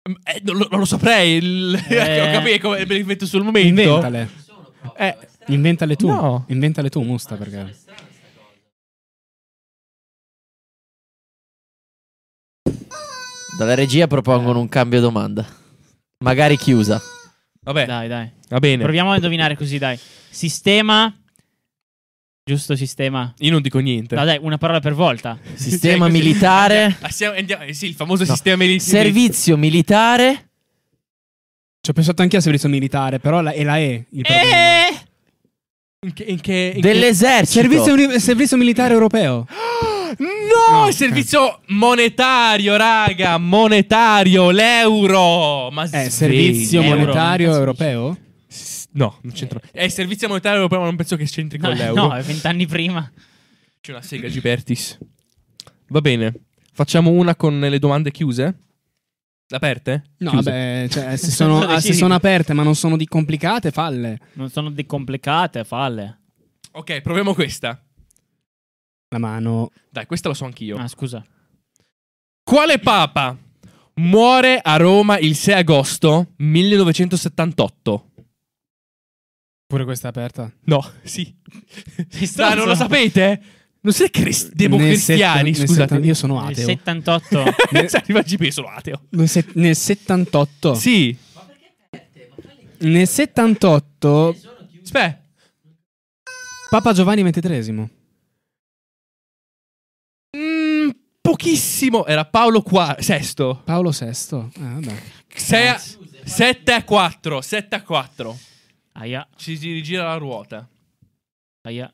Mm, eh, non lo, non lo saprei, il... Eh. ho capito come me li metto sul momento. Inventale. Eh, Inventale tu. No. Inventale tu, Musta, perché... Dalla regia propongono un cambio domanda Magari chiusa vabbè, Dai, dai. va bene. Proviamo a indovinare così, dai. Sistema. Giusto sistema. Io non dico niente. No, dai, una parola per volta. Sistema Sì, così. militare Andiamo- Passiamo, andiamo- eh, sì, il famoso No. sistema mili- Servizio militare Ci ho pensato anche al servizio militare, però la, è la E. Il problema. In che, in che- in che- dell'esercito Servizio, uni- servizio militare europeo. No, No, il servizio monetario, raga, monetario, l'euro. Ma È Eh, servizio Euro. monetario Cazzo europeo? No, non c'entra. È il servizio monetario europeo, ma non penso che c'entri con Eh. No, eh, l'euro. no, è vent'anni prima. C'è una sega Gibertis. Va bene. Facciamo una con le domande chiuse? Aperte? No, Chiuse. vabbè, cioè, se, sono, Sono ah, se decisi. sono aperte ma non sono di complicate, falle. Non sono decomplicate, falle. Ok, proviamo questa. La mano. Dai, questa la so anch'io. Ah, scusa. Quale papa muore a Roma il 6 agosto 1978? Pure questa è aperta. No, sì. Sei Dai, stronzo? non lo sapete? Non siete crist- Nel democristiani, sett- nel scusate. settan- io sono Il ateo. 78. Nel... Arriva GP, sono ateo. Nel, set- nel 78. Sì. Nel 78 Aspetta. Papa Giovanni XXIII. Mm, pochissimo. Era Paolo qua... Sesto. Paolo VI. Ah, vabbè. 6 a... 7 a 4. 7 a 4. aia, Ci si rigira la ruota. aia.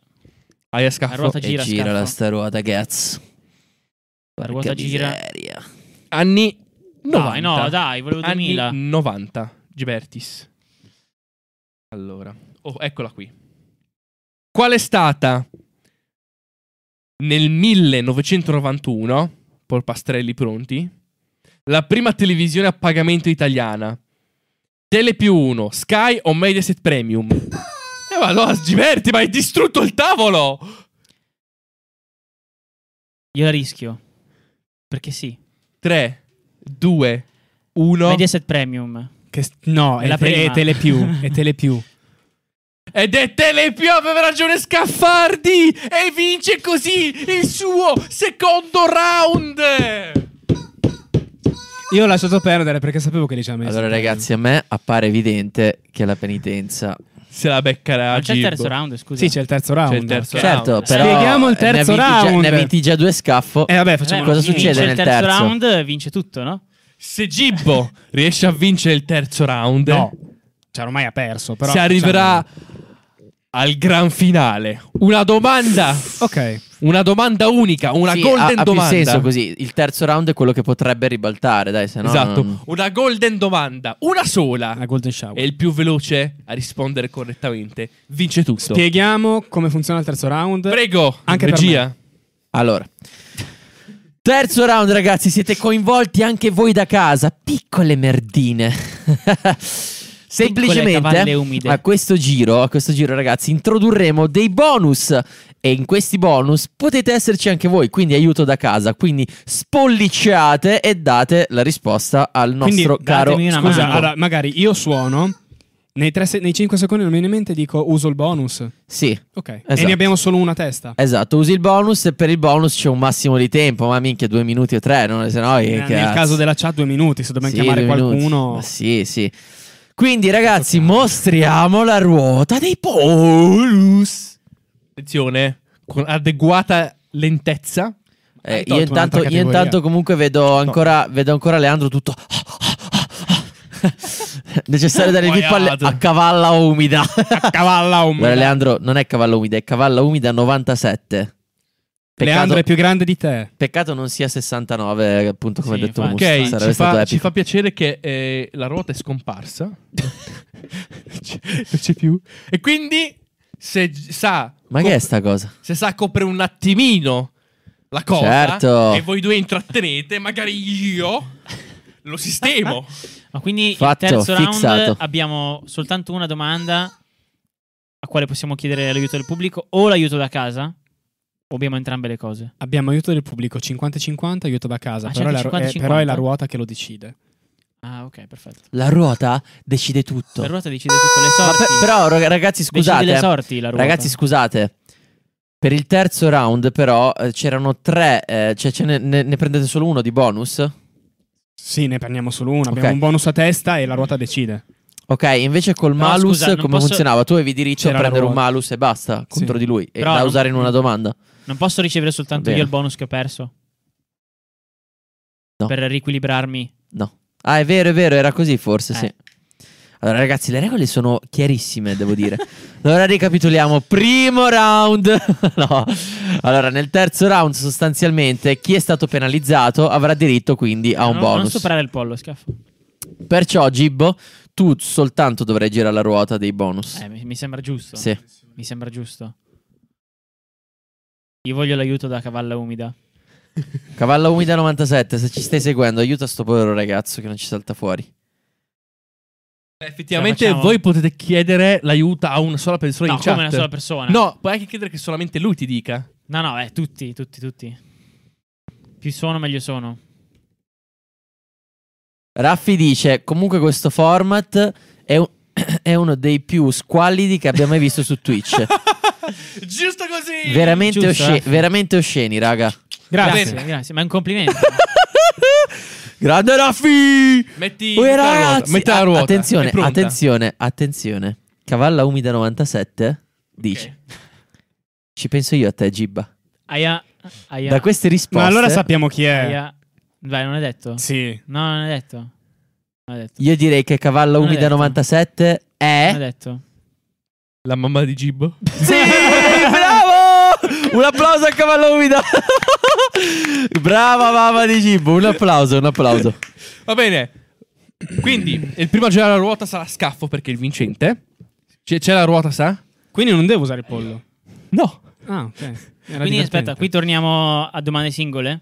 Aia La scaffo. ruota Oh, E gira, gira la scaffo. sta ruota, cazzo. La Porca ruota gira. miseria. Anni 90. Dai, no, dai, volevo Anni 2000. 90. Gibertis. Allora. Oh, eccola qui. Qual è stata nel 1991, polpastrelli pronti, la prima televisione a pagamento italiana? Tele più 1, Sky o Mediaset Premium? Eh, ma no, Giberti, ma hai distrutto il tavolo! Io la rischio. Perché sì. 3, 2, 1. Mediaset Premium. Ah, Che s- no, È è, la te- prima. è Telepiù. è Telepiù. Ed è Telepiù, aveva ragione Scaffardi! E vince così il suo secondo round! Io ho lasciato perdere perché sapevo che lì c'era messo. Allora, ragazzi, a me appare evidente che la penitenza. Se la becca Ma c'è il terzo round, scusa. Eh, Sì, c'è il terzo round. C'è il terzo Ok. Certo, round. però. Spieghiamo il ne ha terzo vinti già- round. ne ha vinti già due scaffo. Eh vabbè, Vabbè, facciamo ma cosa chi succede vince Cioè, nel il terzo, terzo? round vince tutto, no? Se Gibbo riesce a vincere il terzo round, No. Cioè, ormai ha perso, però si arriverà al gran finale. Una domanda, facciamo- Ok. una domanda unica, una Sì, ha, golden ha più domanda. senso così. Il terzo round è quello che potrebbe ribaltare, dai, se no. esatto, non- una golden domanda, una sola. La Golden Shower. E il più veloce a rispondere correttamente vince tutto. Spieghiamo come funziona il terzo round. Prego, Anche per regia. Allora. Terzo round, ragazzi, siete coinvolti anche voi da casa, piccole merdine. cavalle Semplicemente umide. a questo giro, a questo giro, ragazzi, introdurremo dei bonus e in questi bonus potete esserci anche voi, quindi aiuto da casa, quindi spollicciate e date la risposta al nostro Quindi, caro datemi una Scusa, mano. allora- allora, magari io suono. Nei, 5 secondi non mi viene in mente e dico uso il bonus. Sì, Ok. E Esatto. ne abbiamo solo una a testa. esatto, usi il bonus e per il bonus c'è un massimo di tempo, ma minchia due minuti o tre, no? se no che Eh, Nel cazzo. caso della chat, due minuti. Se dobbiamo Sì, chiamare due minuti. qualcuno. Ma sì, sì. Quindi, ragazzi, mostriamo la ruota dei bonus. Attenzione, con adeguata lentezza. Eh, Hai io, tolto intanto, un'altra io categoria. intanto comunque vedo ancora, vedo ancora Leandro tutto. Necessario dare il VIP alle- Guaiato. a cavalla umida. A cavalla umida. Guarda, Leandro non è cavalla umida, è cavalla umida 97. Peccato, Leandro è più grande di te. peccato non sia 69, appunto, come Sì, ha detto infatti. Musta. Ok, Sarebbe ci stato fa, ci epico. fa piacere che eh, la ruota è scomparsa. non c'è- non c'è più. E quindi, se gi- sa, Ma che è sta cosa? se sa coprire un attimino la cosa Certo. e voi due intrattenete, magari io lo sistemo. Ma quindi Fatto, il terzo round fissato. abbiamo soltanto una domanda a quale possiamo chiedere l'aiuto del pubblico o l'aiuto da casa o abbiamo entrambe le cose. Abbiamo aiuto del pubblico 50-50, aiuto da casa. Ah, però, è la ru- 50-50? eh, però è la ruota che lo decide. Ah, ok, perfetto. La ruota decide tutto. La ruota decide tutto le Ma sorti. per- però, rag- ragazzi, decide le scusate. eh. sorti la ruota. Ragazzi, scusate. Per il terzo round, però, eh, c'erano tre. eh, cioè, ce ne, ne- ne prendete solo uno di bonus? Sì, ne prendiamo solo una. Abbiamo Ok. un bonus a testa e la ruota decide. Ok, invece col Però, malus scusa, non come posso- funzionava? Tu avevi diritto C'era a la prendere un ruota. malus e basta contro di lui. E Però da non- usare in una domanda. non posso ricevere soltanto Bene. io il bonus che ho perso. No. Per riequilibrarmi. No. Ah, è vero, è vero, era così forse, Eh. sì. Allora, ragazzi, le regole sono chiarissime, devo dire. allora, ricapitoliamo. Primo round. no. Allora, nel terzo round, sostanzialmente, chi è stato penalizzato avrà diritto quindi a un non, Non bonus. superare il pollo, schiaffo. Perciò, Gibbo, tu soltanto dovrai girare la ruota dei bonus. Eh, mi, mi sembra giusto. sì. Mi sembra giusto. Io voglio l'aiuto da cavalla umida. Cavalla umida 97, se ci stai seguendo, aiuta sto povero ragazzo che non ci salta fuori. Beh, effettivamente Ce la facciamo? voi potete chiedere l'aiuto a una sola persona No, in chat. Cioè, come una sola persona. No, puoi anche chiedere che solamente lui ti dica. no, no, eh, tutti, tutti, tutti. Più sono, meglio sono. Raffi dice: Comunque, questo format è, un- è uno dei più squallidi che abbia mai visto su Twitch. Giusto così. veramente, Giusto, osce- Raffi. veramente osceni, raga. Grazie, Bene. grazie. Ma è un complimento. Grande Raffi! Metti, metti Oi, la ruota, ragazzi, metti la a- ruota. Attenzione, È pronta. attenzione, attenzione. Cavalla umida 97 dice: Ci penso io a te, Gibba. Aia, aia. Da queste risposte, Ma allora sappiamo chi è. aia. Vai, non è detto? Sì. No, non è detto. Non è detto. io direi che Cavalla Non è umida detto. 97 Non è è. detto. La mamma di Gibbo. Sì, bravo! Un applauso a Cavalla umida. Brava mamma di Gibbo, un applauso, un applauso. Va bene. Quindi, il primo a girare la ruota sarà Scaffo perché è il vincente. C'è, c'è la ruota, sa? Quindi non devo usare il pollo. No. Ah, ok. Era Quindi divertente. aspetta, qui torniamo a domande singole.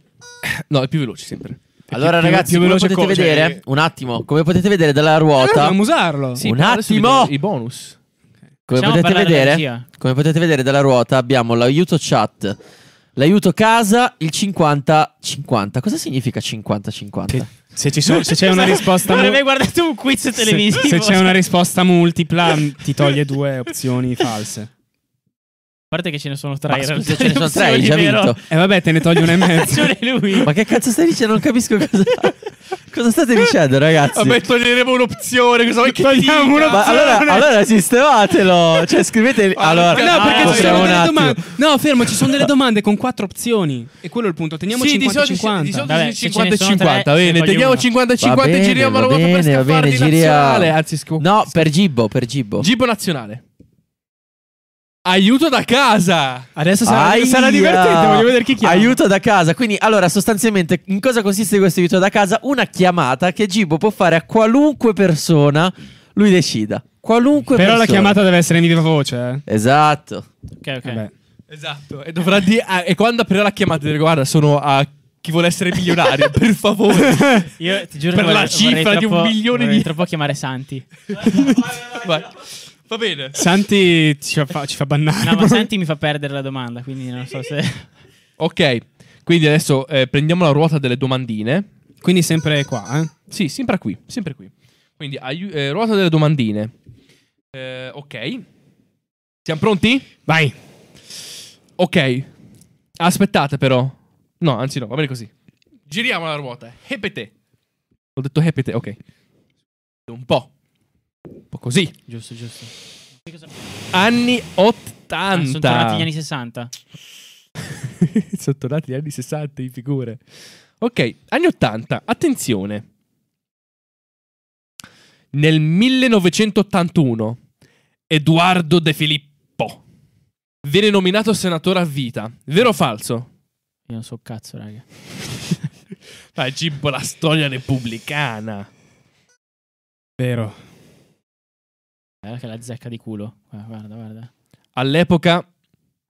No, è più veloce sempre. Allora più- ragazzi, più come veloce potete co- cioè- vedere, un attimo, come potete vedere dalla Eh, ruota, dobbiamo usarlo. Un però adesso attimo! vedo I bonus. come Facciamo potete parlare alla vedere, regia. come potete vedere dalla ruota abbiamo l'aiuto chat, l'aiuto casa, il 50 50. Cosa significa 50 50? Che- se, ci sono- se c'è una Esatto. risposta. mu- Non avevi guardato un quiz se- televisivo. se c'è una risposta multipla, m, ti toglie due opzioni false. A parte che ce ne sono tre. Ma in realtà, scusa, ce ne sono tre, hai opzioni, già vero? vinto. E vabbè, te ne togli una e mezzo. Ragione lui. Ma che cazzo stai dicendo? Non capisco cosa Cosa state dicendo, ragazzi? Vabbè, toglieremo un'opzione. Cosa vuoi che Togliamo dica? un'opzione. Ma allora, allora sistematelo, cioè scrivete Ah, allora no, No, perché Ah, ci apriamo sono un delle attimo. domande. No, fermo, ci sono delle domande con quattro opzioni. E quello è il punto. Teniamo Sì, di 50 solito ci- 50. di solito Vabbè, ci- se ce 50 ne e sono 50. tre, Bene, ne teniamo voglio 50 e Va 50 e bene, giriamo va la ruota per bene, va scaffardi bene, giriamo. nazionale. Anzi, scu- No, per Gibbo, per Gibbo. Gibbo nazionale. Aiuto da casa. Adesso sarà, Aia! sarà divertente, voglio vedere chi chiama. Aiuto da casa. Quindi, allora, sostanzialmente, in cosa consiste questo aiuto da casa? Una chiamata che Gibbo può fare a qualunque persona lui decida. Qualunque Però la persona. chiamata deve essere in viva voce, eh. Esatto. Ok, ok. Vabbè. Esatto. E dovrà dire. ah, e quando aprirà la chiamata, dire, guarda, sono a chi vuole essere milionario, per favore. Io ti giuro Per che la vorrei- cifra vorrei di un troppo- milione di- vorrei troppo chiamare Santi. Vai. Va bene. Santi ci fa, ci fa bannare. No, ma Santi mi fa perdere la domanda, quindi non so se... Ah, Ok. Quindi adesso eh, prendiamo la ruota delle domandine. Quindi sempre qua, eh. Sì, sempre qui, sempre qui. Quindi aiu- eh, ruota delle domandine. Eh, ok. Siamo pronti? Vai. Ok. Aspettate però. No, anzi no, va bene così. Giriamo la ruota. Hepete. Ho detto hepete, ok. Un po'. Un po' così. giusto, giusto. Che cosa- Anni 80. Ah, sono tornati gli anni 60. Sono tornati gli anni 60 in figure. Ok, anni 80, attenzione. Nel 1981 Edoardo De Filippo viene nominato senatore a vita. Vero o falso? Io non so un cazzo, raga. Ah, Gibbo, la storia repubblicana. Vero. Guarda che la zecca di culo. Guarda, guarda. guarda. All'epoca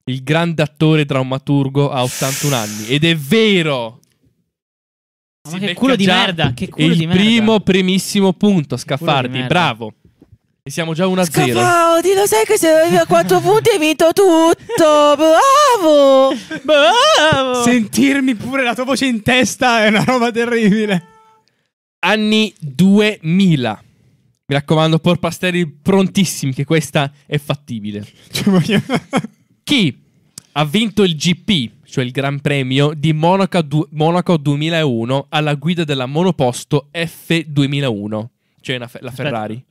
il grande attore drammaturgo ha 81 anni ed è vero. Ma Si che becca culo di già merda, che culo il di merda. primo primissimo punto, Scaffardi, merda. bravo. E siamo già 1 0. Scafaldi, lo sai che se avevi a 4 punti hai vinto tutto. Bravo. Bravo! Sentirmi pure la tua voce in testa è una roba terribile. Anni 2000. Mi raccomando, porpasteri prontissimi che questa è fattibile. Cioè, voglio- Chi ha vinto il GP, cioè il Gran Premio di Monaco, du- Monaco 2001 alla guida della monoposto F2001, cioè una fe- la Aspetta. Ferrari?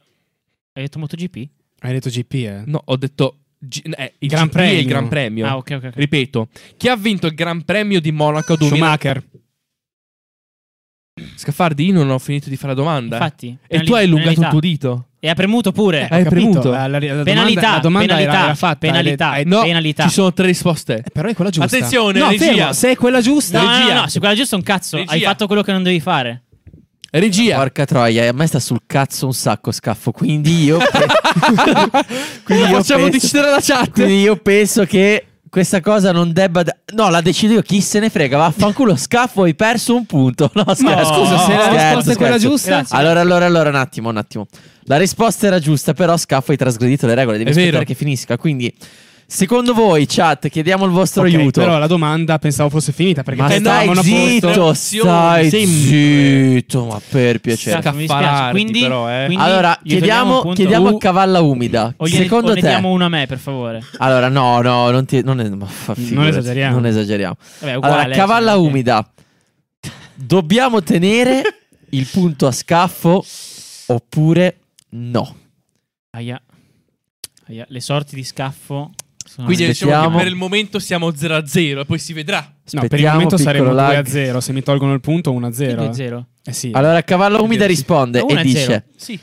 Hai detto MotoGP? Hai detto GP, eh. No, ho detto G- eh, il Gran Gran Premio. il Premio. Gran Premio. Ah, ok, ok. ok. Ripeto, chi ha vinto il Gran Premio di Monaco 2000? Schumacher. Scaffardi, io non ho finito di fare la domanda. Infatti, e tu hai penalità. allungato il tuo dito. E ha premuto pure. Eh, Hai premuto? La, la- la domanda- penalità, la domanda era- penalità, era fatta, penalità, eh, No, penalità. ci sono tre risposte. eh, però è quella giusta. Attenzione, no, regia. fermo, se è quella No, giusta, no, no, Regia. no, su quella giusta un cazzo. Hai Regia. fatto quello che non devi fare. Regia. Porca troia, a me sta sul cazzo un sacco scaffo, quindi io... quindi io Facciamo penso- decidere la chat. Quindi io penso che questa cosa non debba... da- No, la decido io, chi se ne frega, vaffanculo scaffo, hai perso un punto. No, scherzo. scusa, se la Scherzo, risposta è quella scherzo. giusta, Grazie. Allora, allora, allora, un attimo, un attimo. La risposta era giusta, però Scaffo hai trasgredito le regole, devi È aspettare vero. che finisca. Quindi, secondo voi, chat, chiediamo il vostro Ok, aiuto. Però la domanda pensavo fosse finita perché Ma Eh, no, stai stavamo a posto. zitto, stai Sempre. zitto, ma per piacere. Cazzo, mi dispiace. Scaffararti, Quindi, però, eh. quindi allora, gli togliamo un chiediamo, punto. chiediamo Uh, a Cavalla Umida. o gliene- o Secondo ne te... diamo uno a me, per favore. Allora, no, no, non ti... Non, è- ma fa- figurati, esageriamo. Non esageriamo. Vabbè, è uguale, Allora, eh, Cavalla cioè, Umida. Dobbiamo tenere il punto a Scaffo oppure no? Aia. Aia, Le sorti di scaffo. Sono Quindi diciamo Aspettiamo. che per il momento siamo 0 a 0 e poi si vedrà. No, per il Aspettiamo, momento piccolo saremo 2 lag. a 0. Se mi tolgono il punto, 1 a 0. 0 Eh sì. Allora, Cavallo Umida risponde Uno e a zero. dice: Sì,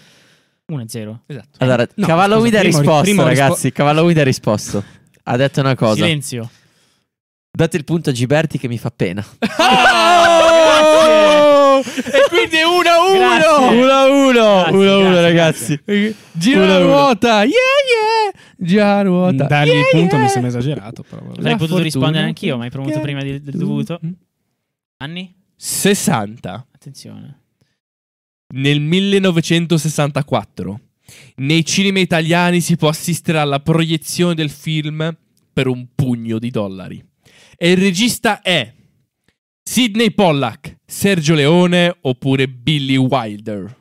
1 0. esatto. Allora, No, Cavallo scusa, Umida ha primo- risposto, primo rispo- ragazzi. Cavallo Umida ha risposto. Ha detto una cosa. Silenzio. Date il punto a Giberti che mi fa pena. Oh, Ah! Oh! e quindi è 1 a 1. Grazie. 1 a 1, Grazie, 1 a 1, grazie, ragazzi. Gira Uno a la uno. ruota. Yeah, yeah. Gira la ruota. Dargli Yeah, il punto yeah. mi sembra esagerato. Però. vabbè. Avrei La potuto fortuna rispondere anch'io, ma hai promuto che- prima del, del dovuto. Anni? 60. Attenzione. Nel 1964 nei cinema italiani si può assistere alla proiezione del film per un pugno di dollari. E il regista è Sidney Pollack, Sergio Leone oppure Billy Wilder.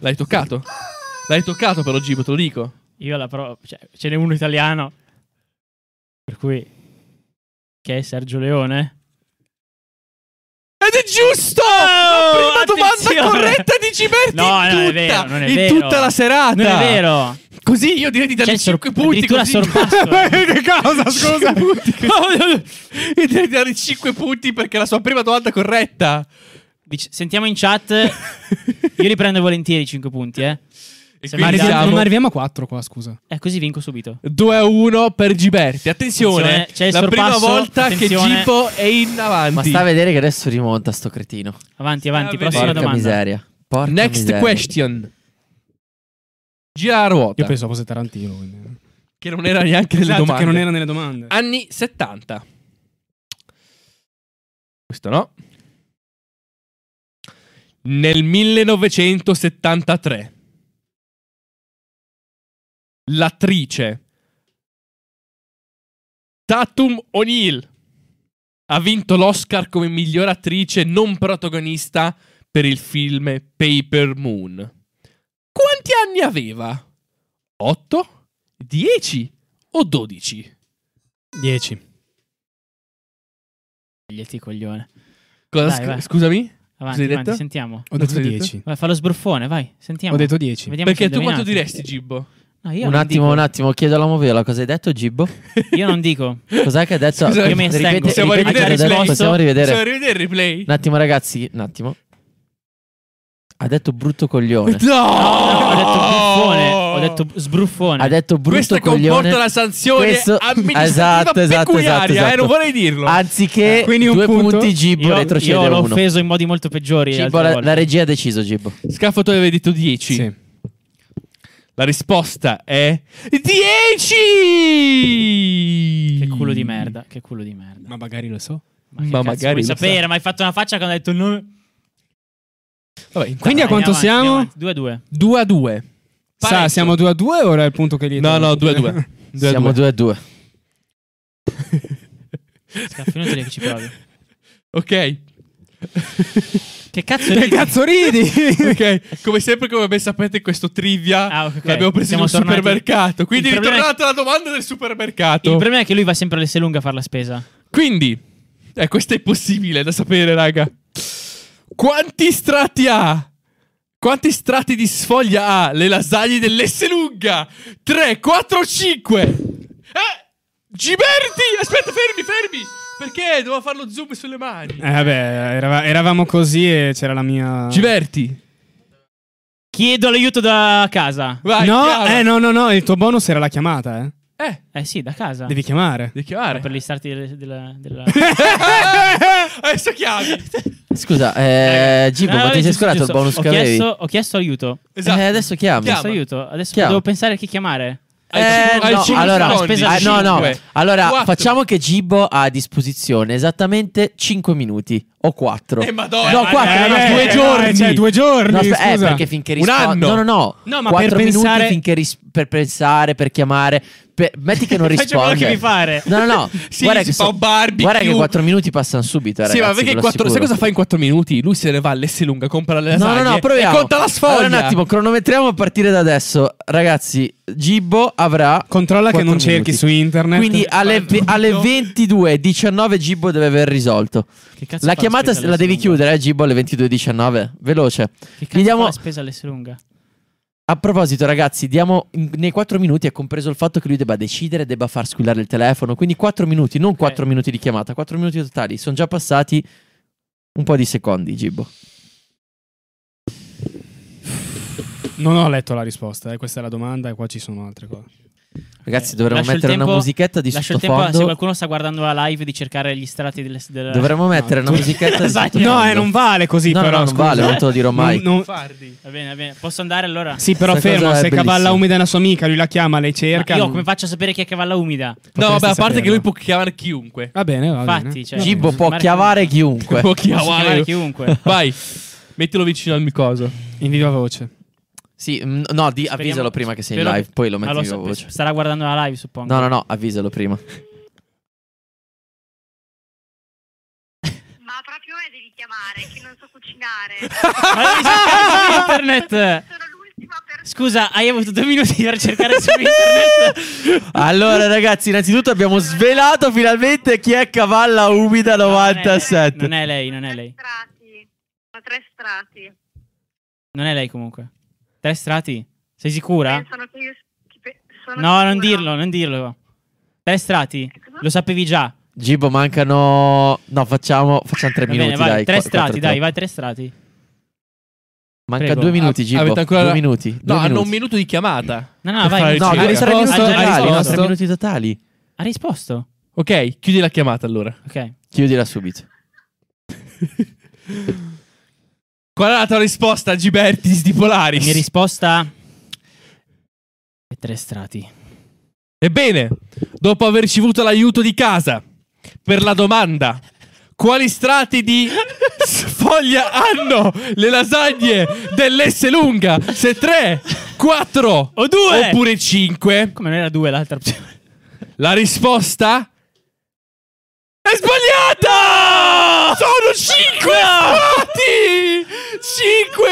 L'hai toccato? L'hai toccato per oggi, te lo dico. Io la provo. Cioè, ce n'è uno italiano. Per cui. Che è Sergio Leone? Ed è giusto! la prima attenzione! domanda corretta di Giberti No, no, in è tutta, vero, non è in vero. tutta la serata. Non è vero. Così io direi di dargli Cioè, sor- 5 punti. addirittura Così. sorpasso. eh. che cosa? Scusa. io direi di dargli 5 punti perché è la sua prima domanda corretta. Dic- sentiamo in chat. Io li prendo volentieri i 5 punti, eh. E Se Ma quindi mi dà- arriviamo, siamo non arriviamo a 4 qua, scusa. Eh, così vinco subito. 2 a 1 per Giberti. Attenzione, Attenzione, c'è il la prima sorpasso, volta attenzione. che Gipo è in avanti. Ma sta a vedere che adesso rimonta sto cretino. Avanti, avanti. a Prossima vedere. Porca domanda. miseria. Porca Next miseria. question. Gira la ruota. Io pensavo fosse Tarantino. Quindi. Ah, che non era neanche nelle Esatto, domande. che non era nelle domande. Anni 70. Questo no. Nel 1973 l'attrice Tatum O'Neill ha vinto l'Oscar come miglior attrice non protagonista per il film Paper Moon. Quanti anni aveva? 8, 10 o 12? 10. Tagliati, coglione. Cosa? Dai, sc- vai. scusami? Avanti, Cosa hai avanti, detto? sentiamo. Ho Cosa detto hai detto? 10. Vai, fa lo sbruffone, vai. Sentiamo. Ho detto 10. Vediamo se Perché tu quanto indovinate. diresti, Gibbo? No, io Un non attimo, dico. un attimo, chiedo alla Moviola cosa hai detto, Gibbo? Io non dico. Cos'è che ha detto? Scusa, io mi Ripete- astengo. ripete Possiamo rivedere cosa ha il replay? detto, Possiamo rivedere. Possiamo rivedere Cioè, il replay? Un attimo, ragazzi, un attimo. Ha detto brutto coglione. No! ho detto Oh! bruffone. Ho detto sbruffone. Ha detto brutto Questo comporta coglione. la sanzione Questo- amministrativa Esatto, esatto, peculiaria, esatto, esatto. eh, non vorrei dirlo. Ah. Anziché Eh, quindi un due punto. punti, Gibbo io, retrocede io l'ho uno. offeso in modi molto peggiori. Gibbo, altre la, volte. la regia ha deciso, Gibbo. Scaffo, tu avevi detto 10. La risposta è 10! Che culo di merda. Che culo di merda. Ma magari lo so. che ma cazzo magari vuoi lo sapere, ma hai fatto una faccia quando hai detto il nome. Vabbè, intanto- Quindi a quanto siamo? 2 a 2. 2 a 2. Sa, siamo 2 a 2 o ora è il punto che lì? No, no, 2 a 2. Siamo 2 a 2. Scaffino inutile che ci provi. Ok. Che cazzo Che ridi? cazzo ridi? ok, come sempre, come ben sapete, questo trivia Ah, ok. l'abbiamo preso Siamo in un tornati- supermercato. Quindi Il problema è- ritornate alla domanda del Il supermercato. problema è che lui va sempre all'Esselunga a fare la spesa. Quindi, eh, questo è impossibile da sapere, raga. Quanti strati ha? Quanti strati di sfoglia ha le lasagne dell'Esselunga? 3, 4, 5. Eh, Giberti! Aspetta, fermi, fermi. Perché devo fare lo zoom sulle mani? Eh, vabbè, erava- eravamo così e c'era la mia. Giverti. Chiedo l'aiuto da casa. Vai, no, chiama. eh, no, no, no, il tuo bonus era la chiamata, eh. Eh, Eh sì, da casa. Devi chiamare. devi Ah, chiamare. Per gli starti delle- della... della... Adesso chiami. Scusa, eh, Gibbo, Ah, ma ti giusto, sei scorato il giusto. bonus ho che avevi? chiesto, ho chiesto aiuto. Esatto. Eh, adesso chiami. Ho chiesto Chiama. aiuto. Adesso Chiama. devo pensare a chi chiamare. Hai Eh, cinque- hai no, cinque allora, secondi. spesa Ah, no, no. Cinque. Allora, Quattro. facciamo che Gibbo ha a disposizione esattamente 5 minuti o 4. Eh, madonna. No, Eh, quattro, eh, no, eh, due eh, giorni. Cioè, Ah, due giorni. No, aspe- scusa. eh, perché finché Un rispondi. anno. No, no, no. No, ma 4 per minuti pensare- finché ris- per pensare, per chiamare. per- Metti che non Fai quello che mi risponde. fare. No, no, no. Sì, guarda si che fa so- un barbecue. Guarda che 4 minuti passano subito. eh, Sì, ma ragazzi, perché ve lo quattro, sai assicuro. cosa fa in 4 minuti? Lui se ne va all'Esselunga, compra le No, lasagne no, no, e proviamo. conta la sfoglia. Allora, un attimo, cronometriamo a partire da adesso. Ragazzi, Gibbo avrà. Controlla che quattro non cerchi minuti. su internet. Quindi alle, Guarda, alle no. 22, 19 Gibbo deve aver risolto. Che cazzo La fa chiamata spesa la devi all'Esselunga? chiudere, eh, Gibbo, alle 22.19. Veloce. Che cazzo Gli diamo- fa la spesa all'Esselunga? A proposito, ragazzi, diamo in- nei 4 minuti è compreso il fatto che lui debba decidere, debba far squillare il telefono. Quindi 4 minuti, non 4 minuti di chiamata, 4 minuti totali. Sono già passati un po' di secondi, Gibbo. Non ho letto la risposta, eh, questa è la domanda e qua ci sono altre cose. Ragazzi, Ok, dovremmo Eh, lascio il mettere una tempo- musichetta di Lascio il tempo, a- se sottofondo. qualcuno sta guardando la live, di cercare gli strati delle... della- Dovremmo mettere tu- una musichetta di Esatto. sottofondo. No, eh, non vale così No, no, però, non scusa. vale, non te lo dirò mai. Non- non- Fardi. Va bene, va bene. Posso andare allora? Sì, però Questa fermo, cosa è se cavalla bellissima. umida è una sua amica, lui la chiama, lei Ma cerca. io non- come faccio a sapere chi è cavalla umida? No, vabbè, a Potresti parte che lui saperlo. può chiamare chiunque. Va bene, va Infatti, bene. cioè, Va Gibbo Marco- può chiavare chiunque. Può Posso chiamare chiamare chiunque. Vai, mettilo vicino al micoso. bene. In viva voce. Sì, mm, no, di- Speriamo- avvisalo prima che sei in spero- live, poi lo metti Ah, lo in so- viva voce. Starà guardando la live, suppongo. No, no, no, avvisalo prima. Ma proprio me devi chiamare, che non so cucinare. Ma devi cercare su internet. Sono l'ultima persona. Scusa, hai avuto due minuti per cercare su internet? Allora, ragazzi, innanzitutto abbiamo svelato finalmente chi è Cavalla Umida No, 97. Non è lei, non è lei. Tre strati. Sono tre strati. Non è lei comunque. Tre strati? Sei sicura? Pensano che io che pe- Eh, sono No, non sicura. dirlo, non dirlo. Tre strati? Cosa? Lo sapevi già. Gibbo, mancano. No, facciamo, facciamo tre Va minuti. bene, vai, dai, tre qu- strati, quattro, dai, tre. vai, tre strati. Manca Prego. due minuti, Gibbo. avete ancora- Due minuti. No, due hanno un minuti. minuto di chiamata. No, no, Per fare vai. il No, inizia. giro. due- Ha tre minuti risposto, ha totali. no, risposto. tre minuti totali. Ha risposto. Ok, chiudi la chiamata allora. Ok. Chiudila subito. Qual è la tua risposta a Gibertis di La Polaris? mia risposta è tre strati. Ebbene, dopo aver ricevuto l'aiuto di casa per la domanda quali strati di sfoglia hanno le lasagne dell'S lunga? Se 3, 4 O due! oppure 5? Come non era due l'altra opzione? La risposta è sbagliata! Sono 5 strati! 5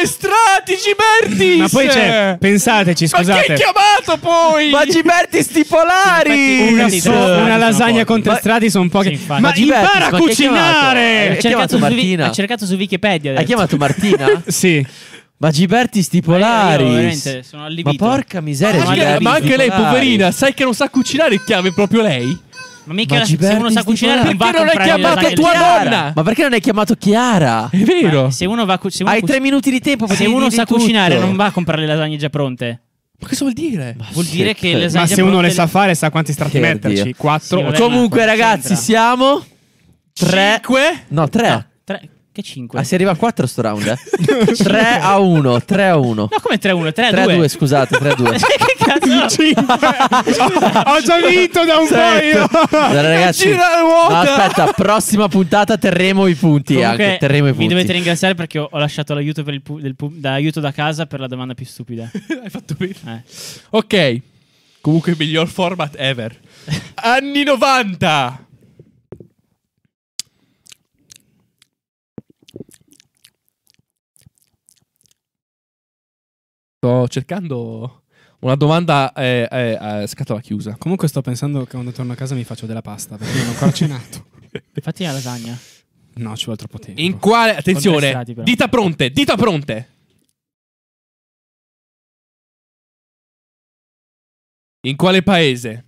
strati, Gibertis! Ma poi c'è, pensateci, Ma chi è scusate. chiamato poi? Ma Giberti sti polari! Una Una, Sì, so- tre strati una sono lasagna pochi. con tre Ma- strati sono pochi. Sì, infatti. ma Ma Giberti, impara a ma chi hai chiamato? cucinare! Eh, chiamato su Vi- Martina? ha cercato su Wikipedia. ha Hai detto. chiamato Martina? Sì. Ma Giberti sti Io polari. veramente sono Ma allibito. porca miseria, Ma anche, Giberti ma anche lei, Sti Polari. poverina, sai che non sa cucinare, chiami proprio lei? Ma mica Ma la- se Giberti uno sa sti cucinare polari. non va a Perché non hai comprare le chiamato lasagne tua lì. Chiara! nonna? Ma perché non hai chiamato Chiara? È vero. Ma Eh, Se uno va a cu- se uno Hai cu- tre minuti di tempo. se potevi uno dirgli sa tutto. cucinare non va a comprare le lasagne già pronte. Ma cosa vuol dire? Vuol dire che le lasagne Ma già se uno pronte- le sa fare, sa quanti strati Per metterci. Dio. Sì, Quattro. vabbè, Comunque, ma ragazzi, c'entra. siamo. Tre. 5? No, tre. No, tre- che 5? Ah, si arriva a 4 sto round, eh? 3 a 1, 3 a 1. No, come 3-1, 3 3-2. a 2, scusate, 3 a 2. che cazzo? Ho già vinto da un po' io. Allora, ragazzi, Gira la no, ruota! aspetta, prossima puntata terremo i punti eh, Comunque, anche, terremo i mi punti. dovete ringraziare perché ho, ho lasciato l'aiuto per il pu- del pu- da aiuto da casa per la domanda più stupida. Hai fatto bene. Eh. Ok. Comunque il miglior format ever. Anni 90. Sto cercando una domanda eh, eh, a scatola chiusa. Comunque sto pensando che quando torno a casa mi faccio della pasta, perché non ho ancora cenato. Fatti la lasagna. Eh, No, ci vuole troppo tempo. In quale... Attenzione. strati, però. Dita pronte, dita pronte. In quale paese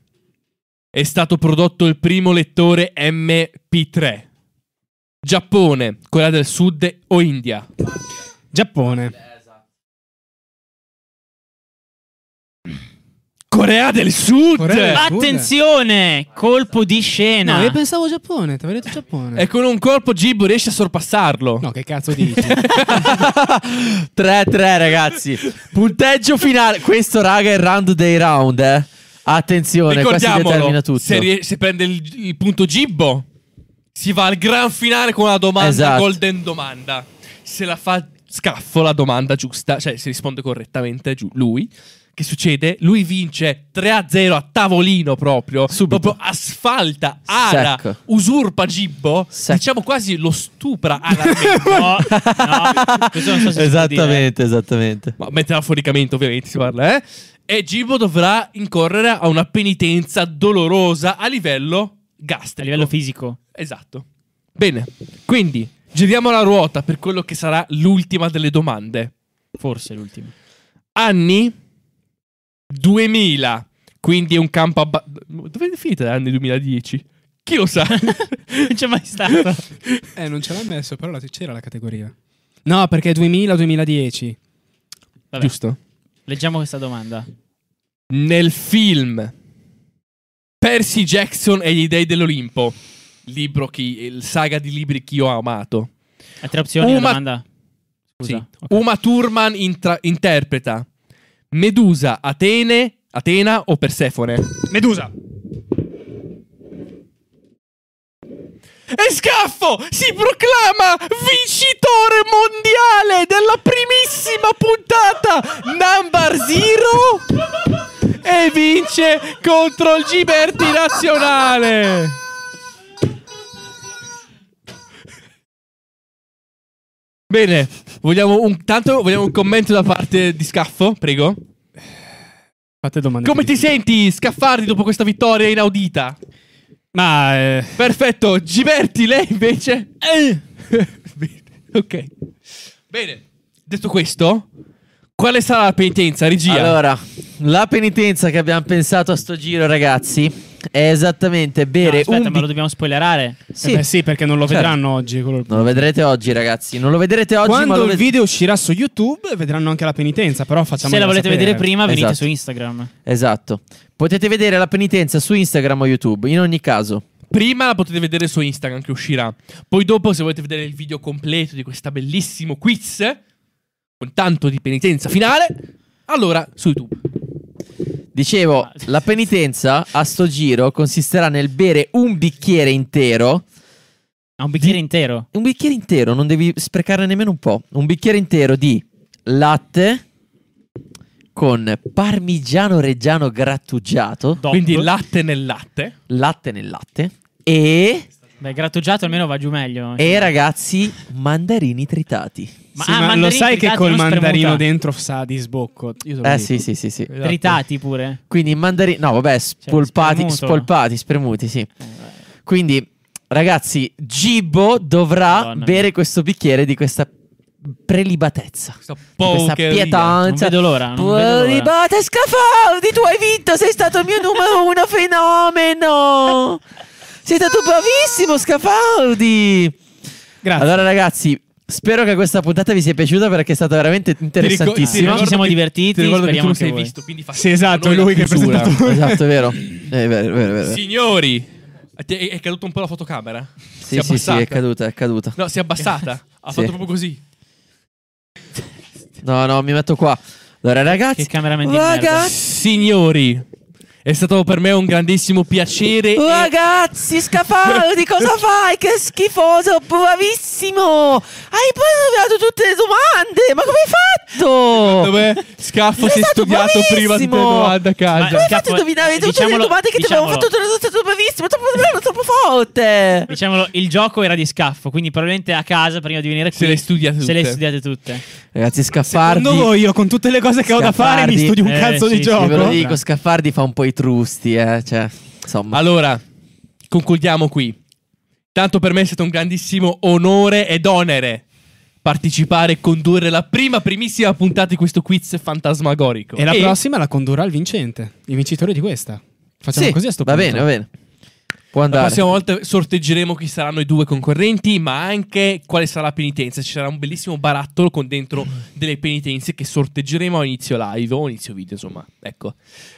è stato prodotto il primo lettore MP3? Giappone, Corea del Sud o India? Giappone. Corea del Sud! Corea del- Attenzione! Colpo di No, scena. io pensavo Giappone, ti avevo detto Giappone. E con un colpo Gibo riesce a sorpassarlo. No, che cazzo dici? 3-3 ragazzi. Punteggio finale. Questo raga è il round dei round, eh. Attenzione, qua si determina Ricordiamolo, tutto. se, rie- se prende il, il punto Gibbo, si va al gran finale con la domanda Esatto. golden domanda. Se la fa scaffo la domanda giusta, cioè se risponde correttamente giu- lui, che succede? Lui vince 3-0 a tavolino proprio, Subito. proprio asfalta, ara, Secco. usurpa Gibbo, Secco. diciamo quasi lo stupra alarmente. No, no, questo non so se si può dire. eh. esattamente, esattamente. Ma metaforicamente, ovviamente, si parla, eh? E Gibbo dovrà incorrere a una penitenza dolorosa a livello gastrico. A livello fisico. Esatto. Bene, quindi giriamo la ruota per quello che sarà l'ultima delle domande. Forse l'ultimo. Anni 2000, quindi è un campo abba- Dove è finita anni 2010? Chi lo sa? Non c'è mai stato. eh, non ce l'ha messo, però la- c'era la categoria. No, perché 2000-2010. Vabbè, Giusto. leggiamo questa domanda. Nel film Percy Jackson e gli dei dell'Olimpo, libro che il saga di libri che io ho amato. Hai tre opzioni la Uma- domanda? Scusa. Sì. ok. Uma Thurman intra- interpreta Medusa, Atene, Atena o Persefone? Medusa. E Scaffo si proclama vincitore mondiale della primissima puntata Number Zero e vince contro il Giberti Nazionale. Bene, vogliamo un, tanto vogliamo un commento da parte di Scaffo, prego. Fate domande. Come ti senti, Scaffardi, dopo questa vittoria inaudita? Ma eh, Perfetto, Giberti, lei invece? Eh. Bene, ok. Bene, detto questo, quale sarà la penitenza, regia? Allora, la penitenza che abbiamo pensato a sto giro, ragazzi, è esattamente No, bere aspetta, un ma vi- lo dobbiamo spoilerare. Sì, eh beh, sì, perché non lo Certo. vedranno oggi. quello- non lo vedrete oggi, ragazzi. Non lo vedrete oggi, ma Quando lo il ved- video uscirà su YouTube, vedranno anche la penitenza. Però facciamo Se la volete vedere prima, venite Esatto. su Instagram. Esatto. Potete vedere la penitenza su Instagram o YouTube, in ogni caso. Prima la potete vedere su Instagram che uscirà. Poi dopo, se volete vedere il video completo di questa bellissimo quiz, con tanto di penitenza finale, allora su YouTube. Ah, Dicevo, la penitenza a sto giro consisterà nel bere un bicchiere intero. Ha un bicchiere intero. Un bicchiere intero, non devi sprecare nemmeno un po'. Un bicchiere intero di latte con parmigiano reggiano grattugiato, Dop. Quindi latte nel latte. latte nel latte e, Beh, grattugiato almeno va giù meglio. e ragazzi, mandarini tritati. Ma, Sì, ah, ma lo mandarini sai che tritati, col non mandarino spremuta. dentro sa di sbocco. Io te lo Eh dico. sì, sì, sì, sì. Esatto. Tritati pure. Quindi mandarini, no, vabbè, spolpati, Cioè, spremuto. spolpati, spremuti, sì. Eh, vabbè. Quindi, ragazzi, Gibbo dovrà Madonna bere mia. questo bicchiere di questa prelibatezza. di Questa Questa porcheria. Non pietanza. vedo l'ora. Non vedo l'ora. Prelibate Scafaldi, tu hai vinto, sei stato il mio numero uno fenomeno. Sei stato bravissimo Scafaldi. Grazie. Allora ragazzi, spero che questa puntata vi sia piaciuta perché è stata veramente Ti ricor- ti interessantissima. ricordo Ci siamo che- divertiti, Ti ricordo che tu speriamo non anche sei voi. visto, quindi fa Sì, esatto, è noi la lui che è chiusura. presentato. Esatto, è vero. È vero, è vero, è vero. Signori, ti è, è caduta un po' la fotocamera? Sì, sì, sì, è caduta, è caduta. No, si è abbassata. Ha Sì. fatto proprio così. No, no, mi metto qua. Allora Che ragazzi, cameraman di merda. ragazzi, Signori, è stato per me un grandissimo piacere. e- Ragazzi, Scafaldi, cosa fai? Che schifoso, bravissimo! Hai prenotato tutte le domande, ma come hai fatto? Dov'è? Scaffo Sei si è stato studiato prima di te bravissimo! domanda a Ma- Come casa. hai fatto a indovinare tutte le Diciamolo- domande che ti avevo diciamolo. fatto? Tu sei stato bravissimo, troppo bello, troppo forte! Diciamolo, il gioco era di scaffo, quindi probabilmente a casa prima di venire qui Se le studiate se le tutte. studiate tutte. Ragazzi, Secondo Scaffardi, voi io con tutte le cose che ho da fare mi Scaffardi. studio un Eh, cazzo sì, di sì, ve lo ve lo Gioco? gioco? dico, dico, Scaffardi fa un po' i trusti, eh, cioè, insomma. Allora, concludiamo qui. Tanto per me è stato un grandissimo onore ed onere partecipare e condurre la prima, primissima puntata di questo quiz fantasmagorico. E la prossima la condurrà il vincente, il vincitore di questa. Facciamo sì, così a sto va punto. bene, va bene. Può La andare. prossima volta sorteggeremo chi saranno i due concorrenti, ma anche quale sarà la penitenza. Ci sarà un bellissimo barattolo con dentro delle penitenze che sorteggeremo a inizio live o a inizio video, insomma. Ecco.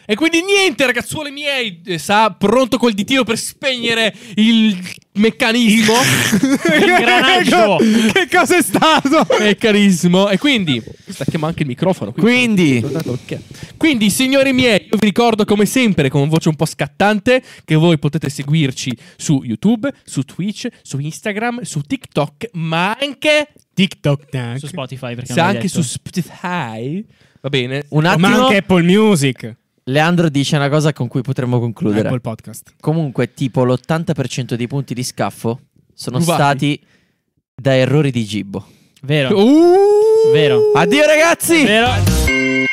E quindi niente, ragazzuoli miei, eh, sa pronto col ditino per spegnere il meccanismo. Ingranaggio. che cosa è stato? meccanismo. E quindi stacchiamo anche il microfono. qui. Quindi, Ok. Quindi, signori miei, io vi ricordo come sempre, con voce un po' scattante, che voi potete seguirci su YouTube, su Twitch, su Instagram, su TikTok, ma anche, TikTok tac. Su Spotify, perché se non l'hai anche detto. su Spotify. Va bene. un Ma attimo, anche Apple Music. Leandro dice una cosa con cui potremmo concludere. Apple Podcast. Comunque, tipo l'80% dei punti di scaffo sono Rubati. stati da errori di gibbo. Vero, Uh! vero, Addio ragazzi! vero.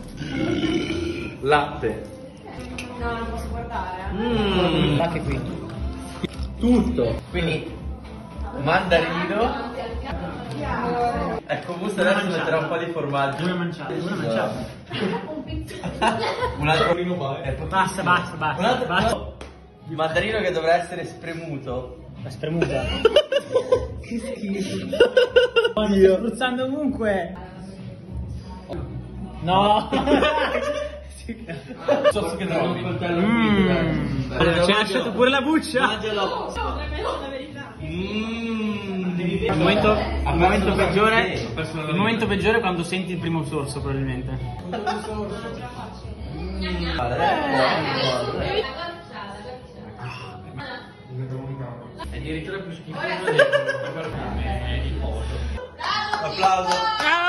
Mm. Ecco, eh. Mandarino che dovrà essere spremuto. eh. Il momento, il momento peggiore, il momento peggiore è quando senti il primo sorso, probabilmente. Applauso.